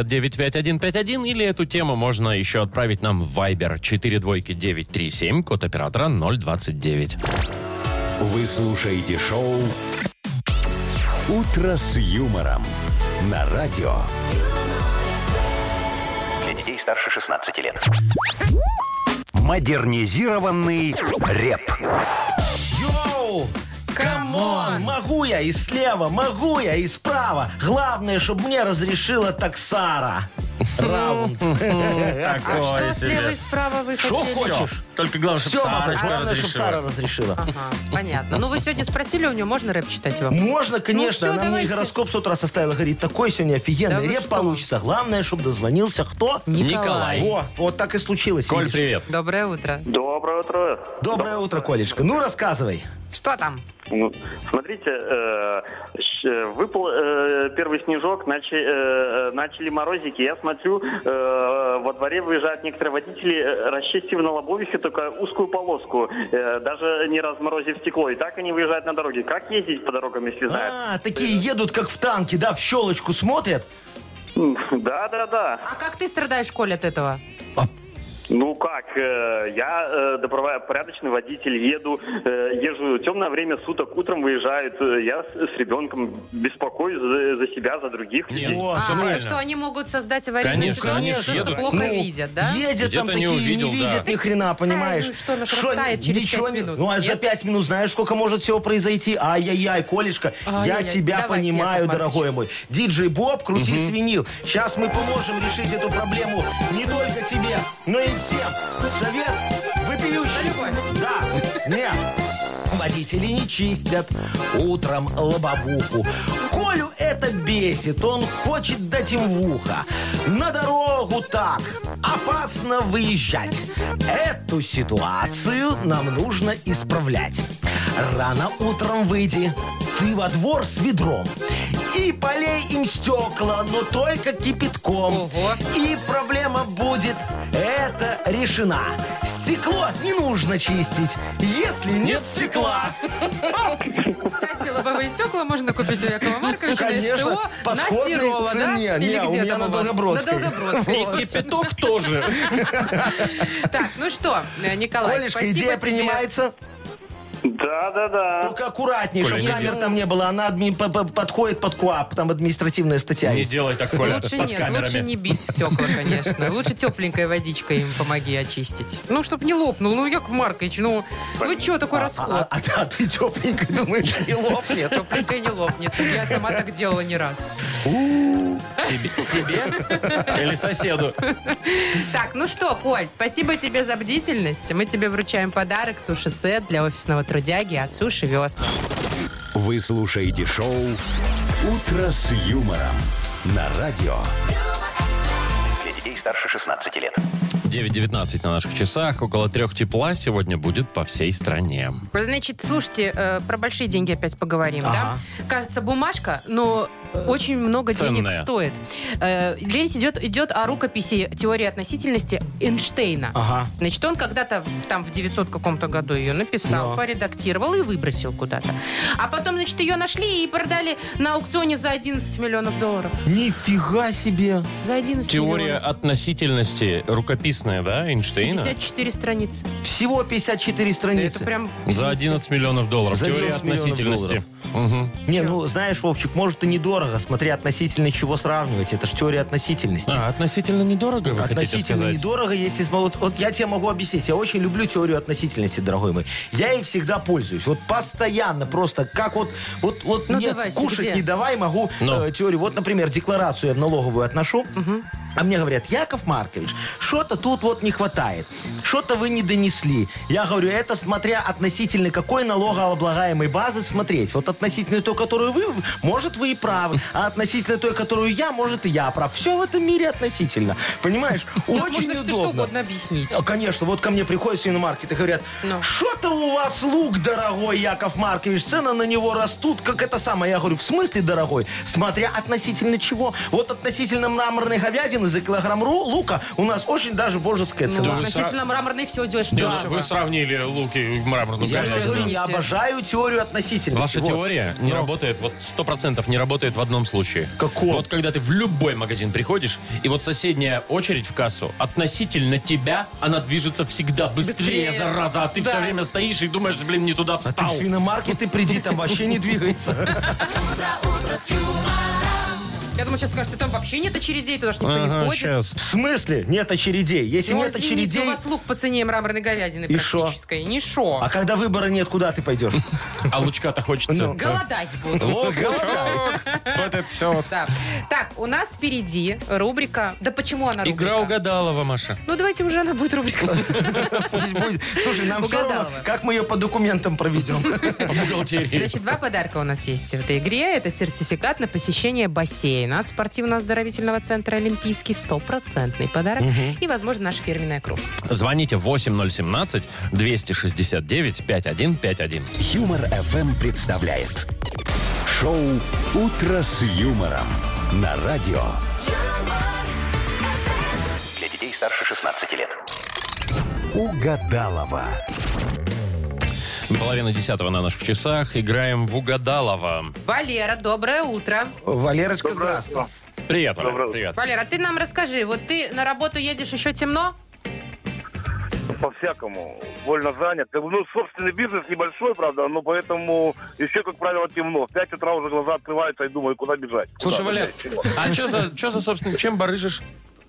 Speaker 2: 8017-269-5151. Или эту тему можно еще отправить нам в Viber 42937, код оператора 029.
Speaker 1: Вы слушаете шоу «Утро с юмором» на радио.
Speaker 8: Для детей старше 16 лет.
Speaker 1: Модернизированный реп.
Speaker 3: Йоу! Камон! Могу я и слева, могу я и справа. Главное, чтобы мне разрешила таксара. Раунд.
Speaker 2: Такое
Speaker 4: а Что слева и справа вы
Speaker 3: Шо
Speaker 4: хотели?
Speaker 2: Всё.
Speaker 3: хочешь?
Speaker 2: Только главное, чтобы
Speaker 3: Все,
Speaker 2: Сара
Speaker 3: могу.
Speaker 2: это
Speaker 3: Главное, чтобы
Speaker 2: разрешила.
Speaker 3: Сара разрешила.
Speaker 4: Ага, понятно. Ну, вы сегодня спросили у нее, можно рэп читать вам?
Speaker 3: Можно, конечно.
Speaker 4: «Ну всё,
Speaker 3: Она
Speaker 4: давайте.
Speaker 3: мне гороскоп с утра составила. Говорит, такой сегодня
Speaker 4: Да
Speaker 3: офигенный
Speaker 4: вы
Speaker 3: реп
Speaker 4: что?
Speaker 3: получится. Главное, чтобы дозвонился кто?
Speaker 2: Николай.
Speaker 3: Во, вот так и случилось.
Speaker 2: Коль,
Speaker 3: видишь.
Speaker 2: привет.
Speaker 4: Доброе утро.
Speaker 9: Доброе утро.
Speaker 3: Доброе утро, Колечка. Ну, рассказывай.
Speaker 4: Что там?
Speaker 9: Ну, смотрите, э, щ- э, выпал э, первый снежок, начи- э, э, начали морозики. Я смотрю, э, во дворе выезжают некоторые водители, э, расчистив на лобовище только узкую полоску, э, даже не разморозив стекло. И так они выезжают на дороге. Как ездить по дорогам, если знают?
Speaker 3: А, такие едут, как в танке, да, в щелочку смотрят.
Speaker 9: Да, да, да.
Speaker 4: А как ты страдаешь, Коль, от этого?
Speaker 9: Ну как, э, я э, добропорядочный водитель, еду, э, езжу темное время суток, утром выезжают, э, я с, с ребенком беспокоюсь за, за себя, за других.
Speaker 2: Нет,
Speaker 3: О,
Speaker 2: всё
Speaker 4: а,
Speaker 2: правильно.
Speaker 4: что они могут создать аварийную
Speaker 2: Конечно, они ж
Speaker 4: ситуацию, что
Speaker 2: едут.
Speaker 4: плохо
Speaker 3: Ну,
Speaker 4: видят, да?
Speaker 3: Едет
Speaker 2: Где-то
Speaker 3: там
Speaker 2: не
Speaker 3: такие,
Speaker 2: увидел,
Speaker 3: не
Speaker 2: да.
Speaker 3: видят ни хрена, понимаешь?
Speaker 4: А, ну что, ну ж
Speaker 3: Шо,
Speaker 4: растает
Speaker 3: ни-
Speaker 4: через
Speaker 3: ничего
Speaker 4: пять
Speaker 3: не-
Speaker 4: минут.
Speaker 3: Ну, а за
Speaker 4: Нет?
Speaker 3: пять минут знаешь, сколько может всего произойти? Ай-яй-яй, Колечка, я
Speaker 4: Ай-яй-яй.
Speaker 3: тебя
Speaker 4: Давайте,
Speaker 3: понимаю,
Speaker 4: Яков Маркович.
Speaker 3: дорогой мой. Диджей Боб, крути свинил. Сейчас мы поможем решить эту проблему не только тебе, но и всем. Совет
Speaker 4: За
Speaker 3: вопиющий.
Speaker 4: любовь.
Speaker 3: Да, нет. Водители не чистят утром лобовуху. Колю это бесит, он хочет дать им в ухо. На дорогу так опасно выезжать. Эту ситуацию нам нужно исправлять. Рано утром выйди, ты во двор с ведром. И полей им стекла, но только кипятком.
Speaker 4: Ого.
Speaker 3: И проблема будет, это решена. Стекло не нужно чистить, если нет,
Speaker 2: Нет стекла.
Speaker 4: Кстати, лобовые стекла можно купить у Якова Марковича
Speaker 3: Конечно,
Speaker 4: на СТО,
Speaker 3: по
Speaker 4: на
Speaker 3: сходной
Speaker 4: Серова, да?
Speaker 3: цене.
Speaker 4: Или
Speaker 3: Не, а у
Speaker 4: где
Speaker 3: меня
Speaker 4: там
Speaker 3: на
Speaker 4: у вас?
Speaker 3: Долгобродской.
Speaker 4: На Долгобродской.
Speaker 2: И пяток тоже.
Speaker 4: Так, ну что, э, Николай,
Speaker 3: Колечка,
Speaker 4: спасибо
Speaker 3: идея
Speaker 4: тебе.
Speaker 3: принимается.
Speaker 9: Да, да, да.
Speaker 3: Только аккуратней, чтобы
Speaker 2: Коля, не
Speaker 3: камер
Speaker 2: дел-
Speaker 3: там не было. Она адми- п- п- подходит под КУАП, там административная статья
Speaker 2: Не
Speaker 3: есть.
Speaker 2: делай так, Коля,
Speaker 4: лучше
Speaker 2: под
Speaker 4: нет,
Speaker 2: камерами.
Speaker 4: лучше не бить стекла, конечно. Лучше тепленькой водичкой им помоги очистить. Ну, чтоб не лопнул. Ну, Яков Маркович, ну, ну что такой
Speaker 3: А,
Speaker 4: расход?
Speaker 3: а- а ты тепленько думаешь, не лопнет.
Speaker 4: Тепленькой не лопнет. Я сама так делала не раз.
Speaker 2: Себе, себе или соседу.
Speaker 4: Так, ну что, Коль, спасибо тебе за бдительность. Мы тебе вручаем подарок суши-сет для офисного трудяги от Суши Весла.
Speaker 1: Вы слушаете шоу «Утро с юмором» на радио.
Speaker 8: Для детей старше 16 лет.
Speaker 2: 9.19 на наших часах. Около трех тепла сегодня будет по всей стране.
Speaker 4: Значит, слушайте, э, про большие деньги опять поговорим,
Speaker 3: Ага.
Speaker 4: да? Кажется, бумажка, но очень много денег
Speaker 2: ценная.
Speaker 4: стоит. Э, речь идет, идет о рукописи теории относительности Эйнштейна.
Speaker 3: Ага.
Speaker 4: Значит, он когда-то в- там в 900 каком-то году ее написал,
Speaker 3: Да.
Speaker 4: поредактировал и выбросил куда-то. А потом, значит, ее нашли и продали на аукционе за 11 миллионов долларов.
Speaker 3: Нифига себе.
Speaker 4: За 11
Speaker 2: Теория
Speaker 4: миллионов.
Speaker 2: относительности рукописная, да, Эйнштейна?
Speaker 4: 54 страницы.
Speaker 3: Всего 54 страницы.
Speaker 4: Это прям...
Speaker 2: За 11 миллионов долларов.
Speaker 3: За
Speaker 2: Теория
Speaker 3: 11 миллионов
Speaker 2: относительности. Мгм.
Speaker 3: Не, ну знаешь, Вовчик, может и недорого, смотря относительно чего сравнивать. Это же теория относительности.
Speaker 2: А, относительно недорого, вы хотите
Speaker 3: Относительно
Speaker 2: сказать?
Speaker 3: недорого, если... смо- Вот, вот я тебе могу объяснить. Я очень люблю теорию относительности, дорогой мой. Я ей всегда пользуюсь. Вот постоянно просто, как вот... вот, вот
Speaker 4: Ну,
Speaker 3: мне
Speaker 4: давайте,
Speaker 3: кушать
Speaker 4: где?
Speaker 3: не давай, могу
Speaker 2: Ну.
Speaker 3: э, теорию... Вот, например, декларацию я в налоговую отношу, а мне говорят, Яков Маркович, что-то тут вот не хватает, что-то вы не донесли. Я говорю, это смотря относительно какой налогооблагаемой базы смотреть. Вот относительно той, которую вы, может, вы и правы, а относительно той, которую я, может, и я прав. Все в этом мире относительно. Понимаешь?
Speaker 4: Ну,
Speaker 3: Очень
Speaker 4: можно же ты что
Speaker 3: удобно.
Speaker 4: угодно объяснить.
Speaker 3: А, Конечно, вот ко мне приходят с иномаркет и говорят,
Speaker 4: Ну.
Speaker 3: что-то у вас лук дорогой, Яков Маркович, цены на него растут, как это самое. Я говорю, в смысле дорогой? Смотря относительно чего. Вот относительно мраморной говядины за килограмм ру- лука у нас очень даже божеская
Speaker 4: Ну,
Speaker 3: цена.
Speaker 2: вы
Speaker 4: относительно мраморной все идешь
Speaker 2: Да, да,
Speaker 4: дешево.
Speaker 2: вы сравнили луки и мраморную
Speaker 3: Я же
Speaker 2: говядину.
Speaker 3: говорю,
Speaker 4: извините.
Speaker 3: я обожаю теорию относительности.
Speaker 2: Ну, Ваша
Speaker 3: Вот.
Speaker 2: теория не работает, вот сто процентов не работает в одном случае.
Speaker 3: Каком?
Speaker 2: Вот когда ты в любой магазин приходишь, и вот соседняя очередь в кассу относительно тебя, она движется всегда быстрее,
Speaker 4: Быстрее.
Speaker 2: зараза, а ты
Speaker 4: Да.
Speaker 2: все время стоишь и думаешь, блин, не туда
Speaker 3: А ты в
Speaker 2: встал.
Speaker 3: свиномаркет и приди, там вообще не двигается.
Speaker 4: Я думаю, сейчас скажете, там вообще нет очередей, туда что никто не ходит.
Speaker 3: В смысле? Нет очередей. Если
Speaker 4: Ну,
Speaker 3: нет
Speaker 4: извините, у
Speaker 3: очередей...
Speaker 4: вас лук по цене мраморной говядины
Speaker 3: И шо?
Speaker 4: практической. Не шо.
Speaker 3: А когда выбора нет, куда ты пойдешь?
Speaker 2: А лучка-то хочется.
Speaker 3: Ну.
Speaker 4: Голодать буду.
Speaker 2: Лук, лучок. Вот это все.
Speaker 4: Да. Так, у нас впереди рубрика... Да почему она рубрика?
Speaker 2: Игра угадалова, Маша.
Speaker 4: Ну, давайте уже она будет рубрика.
Speaker 3: Пусть будет. Слушай, нам все
Speaker 4: Угадала.
Speaker 3: равно, как мы ее по документам проведем.
Speaker 2: По бухгалтерии.
Speaker 4: Значит, два подарка у нас есть в этой игре. Это сертификат на посещение бассейна от спортивно-оздоровительного центра «Олимпийский». Стопроцентный подарок. И, возможно, наша фирменная кружка.
Speaker 2: Звоните 8017 269 5151.
Speaker 1: Юмор FM представляет шоу Утро с юмором на радио.
Speaker 8: Для детей старше 16 лет.
Speaker 1: Угадалова.
Speaker 2: Половина десятого на наших часах. Играем в угадалово.
Speaker 4: Валера, доброе утро.
Speaker 3: Валерочка,
Speaker 5: Доброе
Speaker 3: здравствуй.
Speaker 5: утро.
Speaker 2: Привет, Валер,
Speaker 5: Доброе утро.
Speaker 2: привет.
Speaker 4: Валера, ты нам расскажи, вот ты на работу едешь еще темно?
Speaker 5: По-всякому. Вольно занят. Как бы, Ну, собственный бизнес небольшой, правда, но поэтому еще, как правило, темно. В 5 утра уже глаза открываются и думаю, куда бежать.
Speaker 2: Слушай,
Speaker 5: Куда
Speaker 2: Валер,
Speaker 5: бежать, чего?
Speaker 2: а что за, чё за, собственно, чем барыжишь?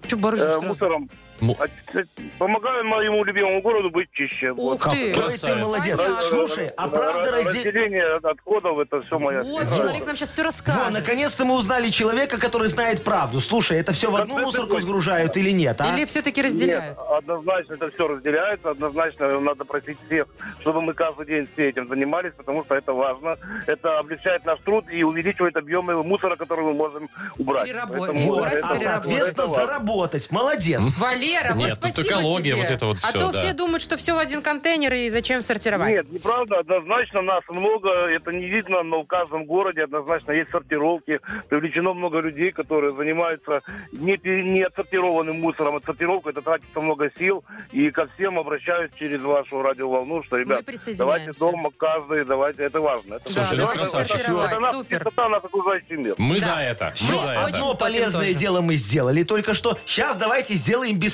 Speaker 4: Че, боржишь
Speaker 5: Э,
Speaker 4: сразу?
Speaker 5: мусором.
Speaker 2: Му-
Speaker 5: А, кстати, Помогаю моему любимому городу быть чище. Вот.
Speaker 4: Ух ты!
Speaker 3: Какой ты
Speaker 2: Красавица.
Speaker 3: молодец.
Speaker 4: Понятно.
Speaker 3: Слушай, а правда
Speaker 5: Раз-
Speaker 3: разделить...
Speaker 5: Разделение отходов, это все моя...
Speaker 4: Вот,
Speaker 5: фигня.
Speaker 4: человек нам сейчас все
Speaker 3: Во,
Speaker 4: расскажет.
Speaker 3: наконец-то мы узнали человека, который знает правду. Слушай, это все в одну
Speaker 5: ты
Speaker 3: мусорку
Speaker 5: такой?
Speaker 3: сгружают или нет, а?
Speaker 4: Или все-таки
Speaker 5: Нет,
Speaker 4: разделяют?
Speaker 5: однозначно это все разделяется, однозначно надо просить всех, чтобы мы каждый день все этим занимались, потому что это важно. Это облегчает наш труд и увеличивает объемы мусора, который мы можем убрать.
Speaker 4: Переработ-
Speaker 5: Поэтому
Speaker 3: Вот,
Speaker 4: Убрать,
Speaker 3: а
Speaker 5: это-
Speaker 3: соответственно
Speaker 5: это важно.
Speaker 3: заработать. Молодец.
Speaker 4: Валера,
Speaker 2: Нет,
Speaker 4: вот
Speaker 2: тут
Speaker 4: спасибо
Speaker 2: экология,
Speaker 4: тебе.
Speaker 2: вот это вот
Speaker 4: А
Speaker 2: всё,
Speaker 4: то
Speaker 2: да.
Speaker 4: все думают, что все в один контейнер и зачем сортировать.
Speaker 5: Нет, неправда, однозначно нас много, это не видно, но в каждом городе однозначно есть сортировки, привлечено много людей, которые занимаются не, пе- не отсортированным мусором, отсортировка, это тратится много сил, и ко всем обращаюсь через вашу радиоволну, что, ребят, давайте
Speaker 4: присоединяемся.
Speaker 5: дома каждый, давайте, это важно. Это
Speaker 2: Слушай,
Speaker 5: важно.
Speaker 2: ну
Speaker 4: давайте
Speaker 2: красавчик.
Speaker 4: сортировать,
Speaker 5: Это нас
Speaker 4: супер.
Speaker 5: чистота нас окружающий мир.
Speaker 2: Мы за это, мы
Speaker 3: Все,
Speaker 2: за
Speaker 4: а
Speaker 2: это.
Speaker 4: чё?
Speaker 3: одно
Speaker 4: Очень
Speaker 3: полезное
Speaker 4: тоже.
Speaker 3: дело мы сделали. Только что сейчас давайте сделаем бесполезное.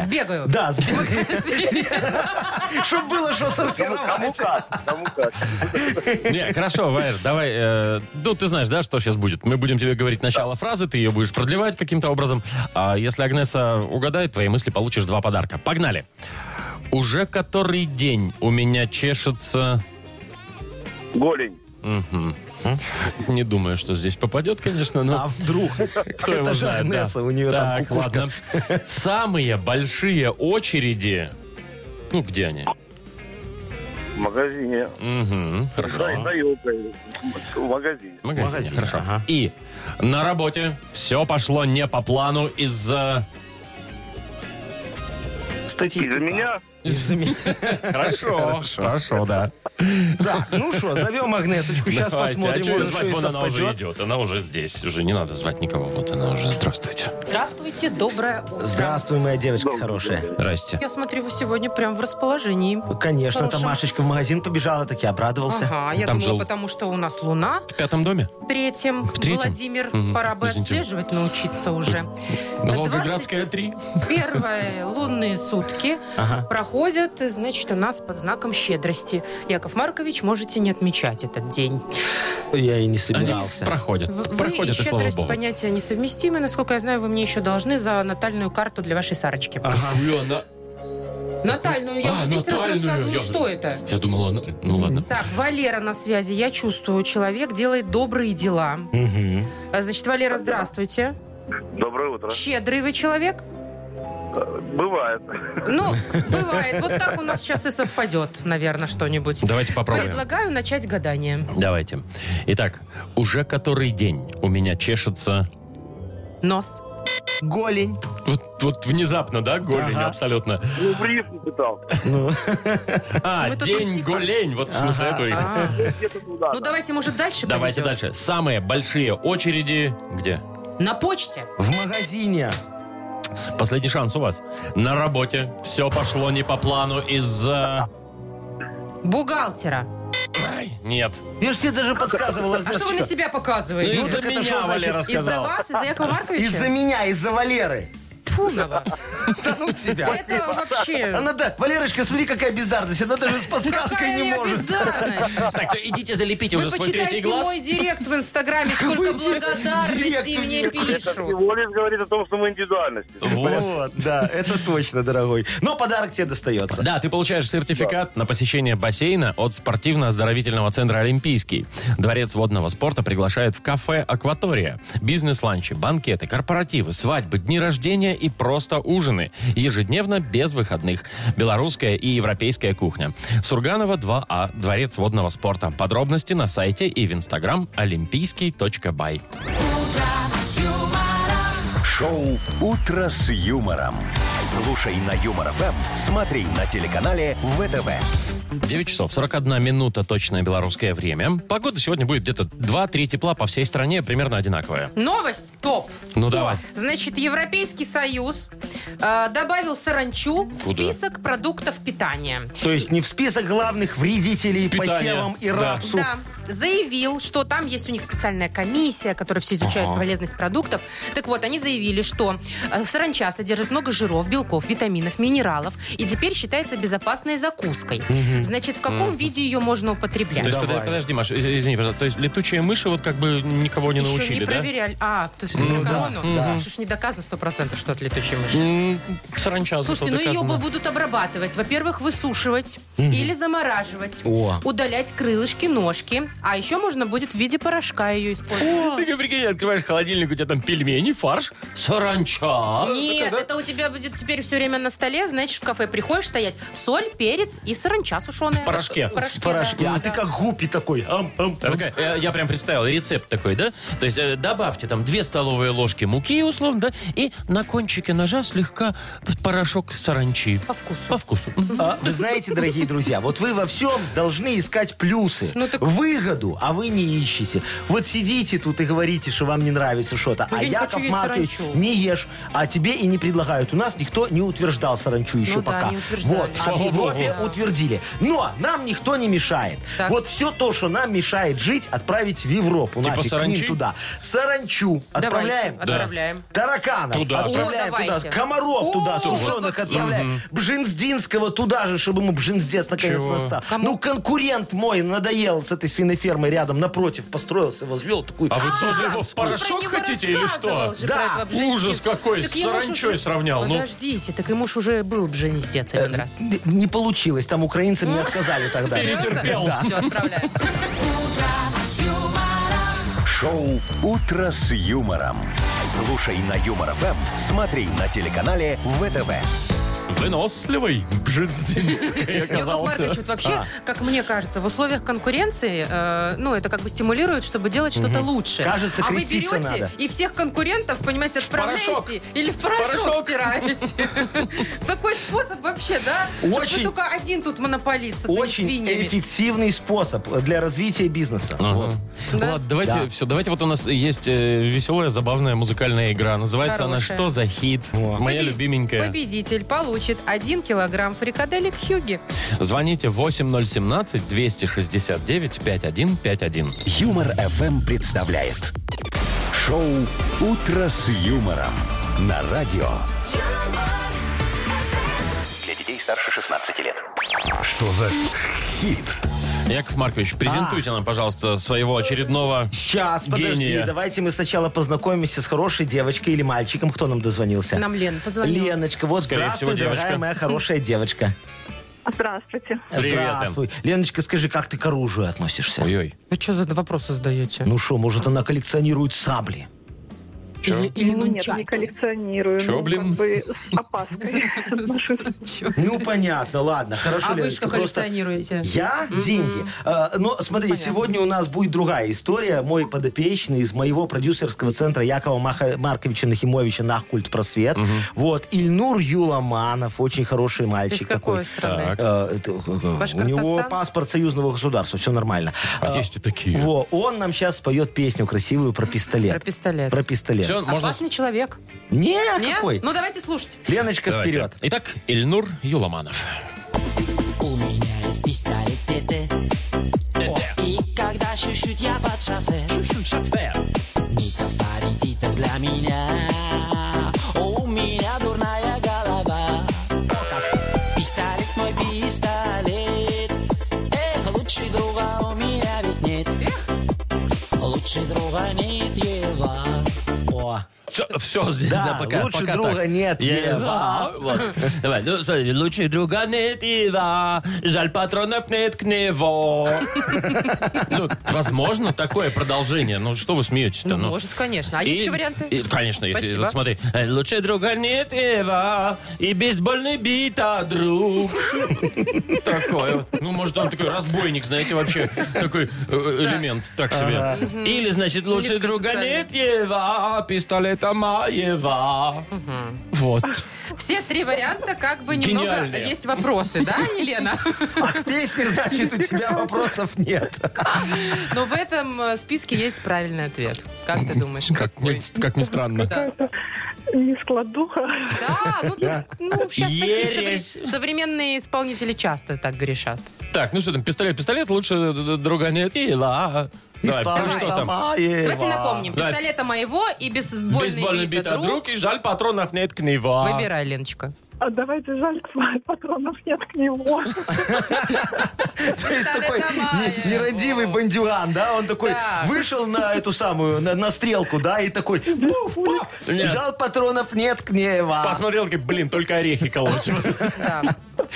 Speaker 4: Сбегаю.
Speaker 3: Да, сбегаю. Чтобы было что
Speaker 5: Кому
Speaker 3: сортировать.
Speaker 5: как, кому как.
Speaker 2: Не, хорошо, Вайер, давай. э, ну, ты знаешь, да, что сейчас будет? Мы будем тебе говорить начало фразы, ты ее будешь продлевать каким-то образом. А если Агнеса угадает твои мысли, получишь два подарка. Погнали. Уже который день у меня чешется...
Speaker 5: Голень.
Speaker 2: Мгм. Не думаю, что здесь попадет, конечно,
Speaker 3: А
Speaker 2: но
Speaker 3: вдруг?
Speaker 2: кто его
Speaker 3: это же
Speaker 2: знает. да.
Speaker 3: Агнеса, у нее там
Speaker 2: Так,
Speaker 3: кукушка.
Speaker 2: ладно. Самые большие очереди... Ну, где они?
Speaker 5: В магазине.
Speaker 2: Ну, Мгм, хорошо.
Speaker 5: Да, и за елкой. В магазине.
Speaker 2: В магазине,
Speaker 3: Магазин,
Speaker 2: хорошо.
Speaker 3: ага.
Speaker 2: И на работе все пошло не по плану из-за...
Speaker 3: Статистика.
Speaker 5: Из-за меня
Speaker 3: Из-за меня.
Speaker 2: Хорошо, хорошо, да.
Speaker 3: Так, ну что, зовем Агнесочку, сейчас
Speaker 2: Давайте, а
Speaker 3: посмотрим,
Speaker 2: чё её
Speaker 3: может,
Speaker 2: звать?
Speaker 3: что и
Speaker 2: Вон она уже
Speaker 3: совпадет.
Speaker 2: идет, она уже здесь, уже не надо звать никого, вот она уже, здравствуйте.
Speaker 4: Здравствуйте, доброе утро.
Speaker 3: Здравствуй, моя девочка хорошая.
Speaker 2: Здрасте.
Speaker 4: Я смотрю, вы сегодня прям в расположении.
Speaker 3: Конечно, там
Speaker 4: Хорошая.
Speaker 3: Машечка в магазин побежала, так я обрадовался.
Speaker 4: Ага, я
Speaker 2: Там жил.
Speaker 4: думала, потому что у нас луна
Speaker 2: В пятом доме?
Speaker 4: в третьем.
Speaker 2: В третьем?
Speaker 4: Владимир,
Speaker 2: Мгм,
Speaker 4: пора бы
Speaker 2: извините.
Speaker 4: отслеживать, научиться уже.
Speaker 2: Волгоградская 3.
Speaker 4: Первые лунные сутки
Speaker 3: Ага.
Speaker 4: проходят, значит, у нас под знаком щедрости. Яков Маркович, можете не отмечать этот день.
Speaker 3: Я и не
Speaker 2: Они
Speaker 3: собирался.
Speaker 2: проходят,
Speaker 4: В- Вы
Speaker 2: проходят,
Speaker 4: и
Speaker 2: и слава
Speaker 4: щедрость
Speaker 2: богу.
Speaker 4: понятия несовместимы. Насколько я знаю, вы мне еще должны за натальную карту для вашей Сарочки.
Speaker 2: Ой, она-
Speaker 4: Натальную, я
Speaker 2: А,
Speaker 4: уже 10 раз
Speaker 2: натальную,
Speaker 4: рассказываю,
Speaker 2: я-
Speaker 4: что это.
Speaker 2: Я думала, она- ну ладно.
Speaker 4: Так, Валера на связи. Я чувствую, человек делает добрые дела.
Speaker 3: Мгм.
Speaker 4: А, Значит, Валера, здравствуйте.
Speaker 5: Доброе утро.
Speaker 4: Щедрый вы человек?
Speaker 5: Э, Бывает.
Speaker 4: Ну, бывает. Вот так у нас сейчас и совпадет, наверное, что-нибудь.
Speaker 2: Давайте попробуем.
Speaker 4: Предлагаю начать гадание.
Speaker 2: Давайте. Итак, уже который день у меня чешется...
Speaker 4: Нос.
Speaker 3: Голень.
Speaker 2: Вот, вот внезапно, да, голень
Speaker 3: Ага.
Speaker 2: абсолютно.
Speaker 5: Ну, бриф не пытал.
Speaker 3: Ну,
Speaker 2: А,
Speaker 4: Мы тут
Speaker 2: день
Speaker 4: мастифа.
Speaker 2: голень, вот в смысле этого. и-
Speaker 4: А,
Speaker 5: Где-то туда.
Speaker 4: Ну, давайте, может, дальше
Speaker 2: Давайте
Speaker 4: повезет?
Speaker 2: дальше. Самые большие очереди где?
Speaker 4: На почте.
Speaker 3: в магазине.
Speaker 2: Последний шанс у вас. На работе все пошло не по плану из-за...
Speaker 4: Бухгалтера.
Speaker 2: Ай, Нет.
Speaker 3: Я же тебе даже подсказывал,
Speaker 4: А что вы на
Speaker 3: Агнесочка.
Speaker 4: себя показываете?
Speaker 2: Ну, из-за
Speaker 3: так это
Speaker 2: меня
Speaker 3: что значит?
Speaker 2: Валера
Speaker 4: Из-за
Speaker 2: сказал.
Speaker 4: вас, из-за Якова Марковича?
Speaker 3: Из-за меня, из-за Валеры.
Speaker 4: Тьфу на вас.
Speaker 3: Да ну тебя.
Speaker 4: Это вообще...
Speaker 3: Она да, Валерочка, смотри, какая бездарность. Она даже с подсказкой
Speaker 4: Какая
Speaker 3: не
Speaker 4: я
Speaker 3: может.
Speaker 4: бездарность.
Speaker 2: Так, всё, идите залепите
Speaker 4: Вы
Speaker 2: уже свой третий
Speaker 4: почитайте
Speaker 2: глаз.
Speaker 4: мой директ в Инстаграме, сколько благодарностей
Speaker 3: директ
Speaker 4: мне пишут.
Speaker 5: Всего лишь говорит о том, что мы индивидуальности.
Speaker 2: Вот.
Speaker 3: Вот, да, это точно, дорогой. Но подарок тебе достается.
Speaker 2: Да, ты получаешь сертификат на посещение бассейна от спортивно-оздоровительного центра «Олимпийский». Дворец водного спорта приглашает в кафе «Акватория». Бизнес-ланчи, банкеты, корпоративы, свадьбы, дни рождения и просто ужины. Ежедневно без выходных. Белорусская и европейская кухня. Сурганова 2А. Дворец водного спорта. Подробности на сайте и в инстаграм олимпийский.бай.
Speaker 1: Шоу «Утро с юмором». Слушай на Юмор ФМ, смотри на телеканале ВТВ.
Speaker 2: 9 часов 41 минута точное белорусское время. Погода сегодня будет где-то 2-3 тепла по всей стране, примерно одинаковая.
Speaker 4: Новость топ.
Speaker 2: Ну давай.
Speaker 4: Значит, Европейский Союз э, добавил саранчу в
Speaker 2: Куда?
Speaker 4: список продуктов питания.
Speaker 3: То есть не в список главных вредителей
Speaker 2: Питание.
Speaker 3: посевам и
Speaker 2: Да.
Speaker 3: рапсу.
Speaker 4: Да, заявил, что там есть у них специальная комиссия, которая все изучает полезность продуктов. Так вот, они заявили, что э, саранча содержит много жиров, белков, витаминов, минералов и теперь считается безопасной закуской. Значит, в каком виде ее можно употреблять?
Speaker 2: То есть,
Speaker 3: Давай.
Speaker 2: это- подожди, Маш, из- извини, пожалуйста. То есть летучие мыши вот как бы никого не
Speaker 4: Еще
Speaker 2: научили,
Speaker 4: не
Speaker 2: да?
Speaker 4: проверяли. А, то есть ну, корону? Что ж не доказано 100%, что от летучей мыши.
Speaker 2: М, Саранча зато
Speaker 4: Слушайте, ну ее
Speaker 2: доказано.
Speaker 4: бу- будут обрабатывать. Во-первых, высушивать или замораживать.
Speaker 3: О.
Speaker 4: Удалять крылышки, ножки. А еще можно будет в виде порошка ее использовать.
Speaker 2: Ты как, прикинь, открываешь холодильник, у тебя там пельмени, фарш, саранча.
Speaker 4: Нет, это у тебя будет теперь все время на столе, значит, в кафе приходишь стоять. Соль, перец и саранча сушеная.
Speaker 2: В порошке.
Speaker 4: В порошке,
Speaker 3: В порошке.
Speaker 4: да.
Speaker 3: А ты
Speaker 4: Да.
Speaker 3: как гуппи такой. Ам, ам,
Speaker 2: Я такая, э, Я прям представил рецепт такой, да? То есть э, добавьте там 2 столовые ложки муки, условно, да, и на кончике ножа слегка порошок саранчи.
Speaker 4: По вкусу.
Speaker 2: По вкусу. Мгм.
Speaker 3: А, Вы знаете, дорогие друзья, вот вы во всем должны искать плюсы,
Speaker 4: Ну так-
Speaker 3: выгоды выгоду, а вы не ищете. Вот сидите тут и говорите, что вам не нравится что-то.
Speaker 4: Ну,
Speaker 3: а
Speaker 4: я не хочу
Speaker 3: Яков
Speaker 4: есть
Speaker 3: Маркович
Speaker 4: саранчу.
Speaker 3: не ешь, а тебе и не предлагают. У нас никто не утверждал саранчу еще
Speaker 4: Ну да,
Speaker 3: пока.
Speaker 4: не утверждали.
Speaker 3: вот, а
Speaker 2: Слава
Speaker 3: в Европе
Speaker 4: богу.
Speaker 3: утвердили. Но нам никто не мешает.
Speaker 4: Так.
Speaker 3: Вот все то, что нам мешает жить, отправить в Европу.
Speaker 2: Типа
Speaker 3: нафиг, к ним
Speaker 2: саранчи?
Speaker 3: туда. Саранчу отправляем.
Speaker 4: Давайте, отправляем.
Speaker 3: Тараканов
Speaker 2: Туда.
Speaker 3: отправляем
Speaker 4: О,
Speaker 3: туда,
Speaker 4: давайте.
Speaker 3: комаров туда,
Speaker 4: О, вот
Speaker 3: сушеных
Speaker 4: всем.
Speaker 3: отправляем, Бжинздинского туда же, чтобы ему Бжинздец наконец
Speaker 2: Чего?
Speaker 3: настал.
Speaker 4: Кому?
Speaker 3: Ну, конкурент мой надоел с этой свиной фермой рядом, напротив, построился, возвел такую...
Speaker 2: А вы тоже его в
Speaker 3: гигантскую.
Speaker 4: Ты Ну, про
Speaker 2: порошок
Speaker 4: него
Speaker 2: хотите или
Speaker 4: рассказывал
Speaker 2: что?
Speaker 4: же
Speaker 3: Да.
Speaker 4: про этого бжензиста.
Speaker 2: Ужас какой,
Speaker 4: Так
Speaker 2: с
Speaker 4: ему ж
Speaker 2: саранчой
Speaker 4: уже-
Speaker 2: сравнял, ну. Э,
Speaker 4: Подождите, так ему ж уже был бженздец один раз.
Speaker 3: Н- Не получилось, там украинцы мне отказали тогда.
Speaker 2: Перетерпел.
Speaker 3: Да.
Speaker 4: Все, отправляем.
Speaker 1: Шоу «Утро с юмором». Слушай на Юмор ФМ, смотри на телеканале ВТВ.
Speaker 2: Выносливый бжензинский
Speaker 4: Яков
Speaker 2: оказался.
Speaker 4: Маркович, вот вообще,
Speaker 3: А.
Speaker 4: как мне кажется, в условиях конкуренции, э, ну, это как бы стимулирует, чтобы делать что-то лучше.
Speaker 3: Кажется,
Speaker 4: а вы
Speaker 3: креститься
Speaker 4: берете
Speaker 3: надо.
Speaker 4: и всех конкурентов, понимаете, отправляете
Speaker 2: порошок.
Speaker 4: или в порошок,
Speaker 2: порошок.
Speaker 4: стираете. Такой способ вообще, да? Чтобы
Speaker 3: Очень-
Speaker 4: вы только один тут монополист со своими
Speaker 3: Очень
Speaker 4: свиньями.
Speaker 3: эффективный способ для развития бизнеса. Вот.
Speaker 4: Да.
Speaker 2: Ладно, давайте
Speaker 3: Да.
Speaker 2: все. Давайте вот у нас есть э, веселая, забавная музыкальная игра. Называется
Speaker 4: Хорошая.
Speaker 2: она «Что за хит?». Моя
Speaker 4: Побе-
Speaker 2: любименькая.
Speaker 4: Победитель получит 1 килограмм фрикаделек Хьюги.
Speaker 2: Звоните 8017 269 5151.
Speaker 1: Юмор ФМ представляет. Шоу «Утро с юмором» на радио.
Speaker 8: Для детей старше 16 лет.
Speaker 1: Что за хит?
Speaker 2: Яков Маркович,
Speaker 3: А.
Speaker 2: презентуйте нам, пожалуйста, своего очередного...
Speaker 3: Сейчас, подожди,
Speaker 2: Гения.
Speaker 3: давайте мы сначала познакомимся с хорошей девочкой или мальчиком. Кто нам дозвонился?
Speaker 4: Нам Лен позвонила.
Speaker 3: Леночка, вот
Speaker 2: Скорее
Speaker 3: здравствуй,
Speaker 2: всего, девочка.
Speaker 3: дорогая моя хорошая девочка.
Speaker 6: Здравствуйте.
Speaker 2: Привет,
Speaker 3: Здравствуй. Леночка, скажи, как ты к оружию относишься?
Speaker 2: Ой-ой.
Speaker 4: Вы что за вопросы задаете?
Speaker 3: Ну что, может, она коллекционирует сабли?
Speaker 2: чё?
Speaker 4: Или, или
Speaker 6: Ну, нет,
Speaker 4: нунчаки.
Speaker 6: не коллекционирую.
Speaker 2: Чё,
Speaker 6: Ну,
Speaker 2: блин?
Speaker 6: Как бы с опаской отношусь.
Speaker 4: Чё?
Speaker 3: Ну, понятно, ладно, хорошо,
Speaker 4: А вы
Speaker 3: Леночка,
Speaker 4: что
Speaker 3: просто-
Speaker 4: коллекционируете?
Speaker 3: Я? Деньги. Э, Но смотри, сегодня у нас будет другая история. Мой подопечный из моего продюсерского центра Якова Маха- Марковича Нахимовича «Нах культ просвет». Вот, Ильнур Юламанов, очень хороший мальчик
Speaker 4: Из
Speaker 3: такой.
Speaker 4: какой страны?
Speaker 3: Э, это, э, У
Speaker 4: Башкортостан?
Speaker 3: него паспорт союзного государства, все нормально. Э,
Speaker 2: А есть и такие.
Speaker 3: Во, он нам сейчас споет песню красивую про пистолет.
Speaker 4: Про пистолет.
Speaker 3: Про пистолет.
Speaker 2: Все, можно...
Speaker 4: Опасный человек.
Speaker 3: Не,
Speaker 4: Не?
Speaker 3: какой?
Speaker 4: Ну давайте слушать.
Speaker 3: Леночка,
Speaker 2: Давайте.
Speaker 3: вперед.
Speaker 2: Итак, Ильнур Юламанов.
Speaker 10: У меня есть пистолеты И когда чуть-чуть я под шофе Митов парититов для меня У меня дурная голова Пистолет мой пистолет Эх, лучший друга у меня ведь нет Лучше друга нет его
Speaker 3: О.
Speaker 2: Все, здесь
Speaker 3: Да,
Speaker 2: да, пока.
Speaker 3: лучше
Speaker 2: пока
Speaker 3: друга
Speaker 2: так.
Speaker 3: нет,
Speaker 2: Я-
Speaker 3: Ева.
Speaker 2: А, вот. Давай, ну, смотри, лучше друга нет, Ева. Жаль, патронов нет к него. Ну, возможно, такое продолжение. Ну, что вы смеетесь-то?
Speaker 4: Ну, может, конечно. А есть
Speaker 2: И-
Speaker 4: еще варианты?
Speaker 2: и, конечно, если,
Speaker 4: Спасибо.
Speaker 2: вот смотри. Э, Лучше друга нет, Ева, и бейсбольный бита, друг. Такое. вот. Ну, может, он такой разбойник, знаете, вообще. Такой э, элемент, так себе. Или, значит, лучше
Speaker 4: Низко
Speaker 2: друга
Speaker 4: социальный.
Speaker 2: нет, Ева, пистолета Маева. Вот.
Speaker 4: Все три варианта как бы немного
Speaker 2: Гениальные.
Speaker 4: есть вопросы, да, Елена?
Speaker 3: А к песне, значит, у тебя вопросов нет.
Speaker 4: Но в этом э, списке есть правильный ответ. Как ты думаешь?
Speaker 2: Как ни- как ни странно.
Speaker 4: Да.
Speaker 6: Не складуха.
Speaker 4: Да, ну, сейчас такие
Speaker 2: Ересь.
Speaker 4: совре- современные исполнители часто так грешат.
Speaker 2: Так, ну что там, пистолет, пистолет, лучше э, друга нет, Ева. Давай,
Speaker 3: Пистолет
Speaker 2: что там?
Speaker 3: Тамаева.
Speaker 4: Давайте напомним.
Speaker 2: Да.
Speaker 4: Пистолета моего и бейсбольный
Speaker 2: Бейсбольный
Speaker 4: бит
Speaker 2: бита,
Speaker 4: друг.
Speaker 2: друг, и жаль, патронов нет к него.
Speaker 4: Выбирай, Леночка.
Speaker 6: А давайте жаль, патронов нет к нему.
Speaker 3: То есть такой
Speaker 4: Пистолет Тамаев.
Speaker 3: не- нерадивый
Speaker 4: О.
Speaker 3: бандюган, да? Он такой
Speaker 4: Да.
Speaker 3: вышел на эту самую, на, на стрелку, да, и такой, буф, буф,
Speaker 2: Нет.
Speaker 3: жал патронов нет к нева.
Speaker 2: Посмотрел, такой, блин, только орехи колоть.
Speaker 4: Да.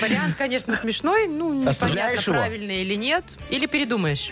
Speaker 4: Вариант, конечно, смешной. Ну, непонятно,
Speaker 3: Оставляешь его?
Speaker 4: правильный или нет. Или передумаешь.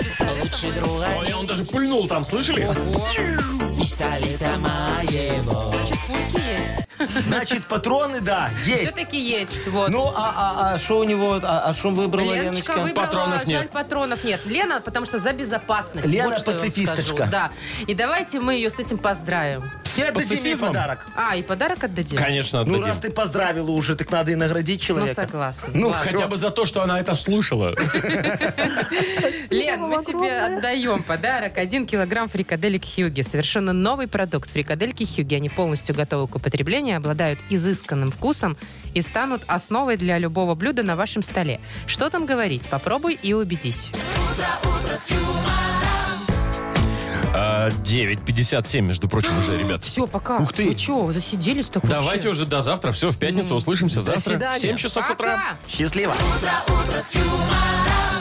Speaker 4: пистолет.
Speaker 10: Лучше друга
Speaker 2: Ой, он
Speaker 10: нет
Speaker 2: даже пульнул там, слышали?
Speaker 4: Ого,
Speaker 10: Пистолета моего
Speaker 4: пульки есть.
Speaker 3: Значит, патроны, да, есть.
Speaker 4: Все-таки есть. Вот.
Speaker 3: Ну, а что у него, а что выбрала Леночка?
Speaker 4: Леночка выбрала,
Speaker 2: Патронов
Speaker 4: жаль,
Speaker 2: нет.
Speaker 4: патронов нет. Лена, потому что за безопасность.
Speaker 3: Лена
Speaker 4: вот что я вам
Speaker 3: пацифисточка.
Speaker 4: скажу. Да. И давайте мы ее с этим поздравим.
Speaker 3: Все дадим ей
Speaker 2: пацифизмом?
Speaker 3: подарок.
Speaker 4: А, и подарок отдадим?
Speaker 2: Конечно,
Speaker 3: Ну,
Speaker 2: отдадим.
Speaker 3: раз ты поздравила уже, так надо и наградить
Speaker 4: Ну,
Speaker 3: человека.
Speaker 4: согласна.
Speaker 3: Ну,
Speaker 4: Ладно.
Speaker 2: Хотя бы за то, что она это слушала.
Speaker 4: Лен, мы тебе
Speaker 6: огромное.
Speaker 4: отдаем подарок. Один килограмм фрикаделек Хьюги. Совершенно новый продукт. Фрикадельки Хьюги. Они полностью готовы к употреблению, обладают изысканным вкусом и станут основой для любого блюда на вашем столе. Что там говорить? Попробуй и убедись.
Speaker 2: А, 9.57, между прочим, уже, ребят.
Speaker 4: Все, пока. Ух ты. Вы что, засиделись так
Speaker 2: Давайте уже до завтра. Все, в пятницу услышимся завтра.
Speaker 3: свидания.
Speaker 2: В 7 часов утра.
Speaker 4: Пока.
Speaker 3: Счастливо.
Speaker 10: Утро, утро с юмором.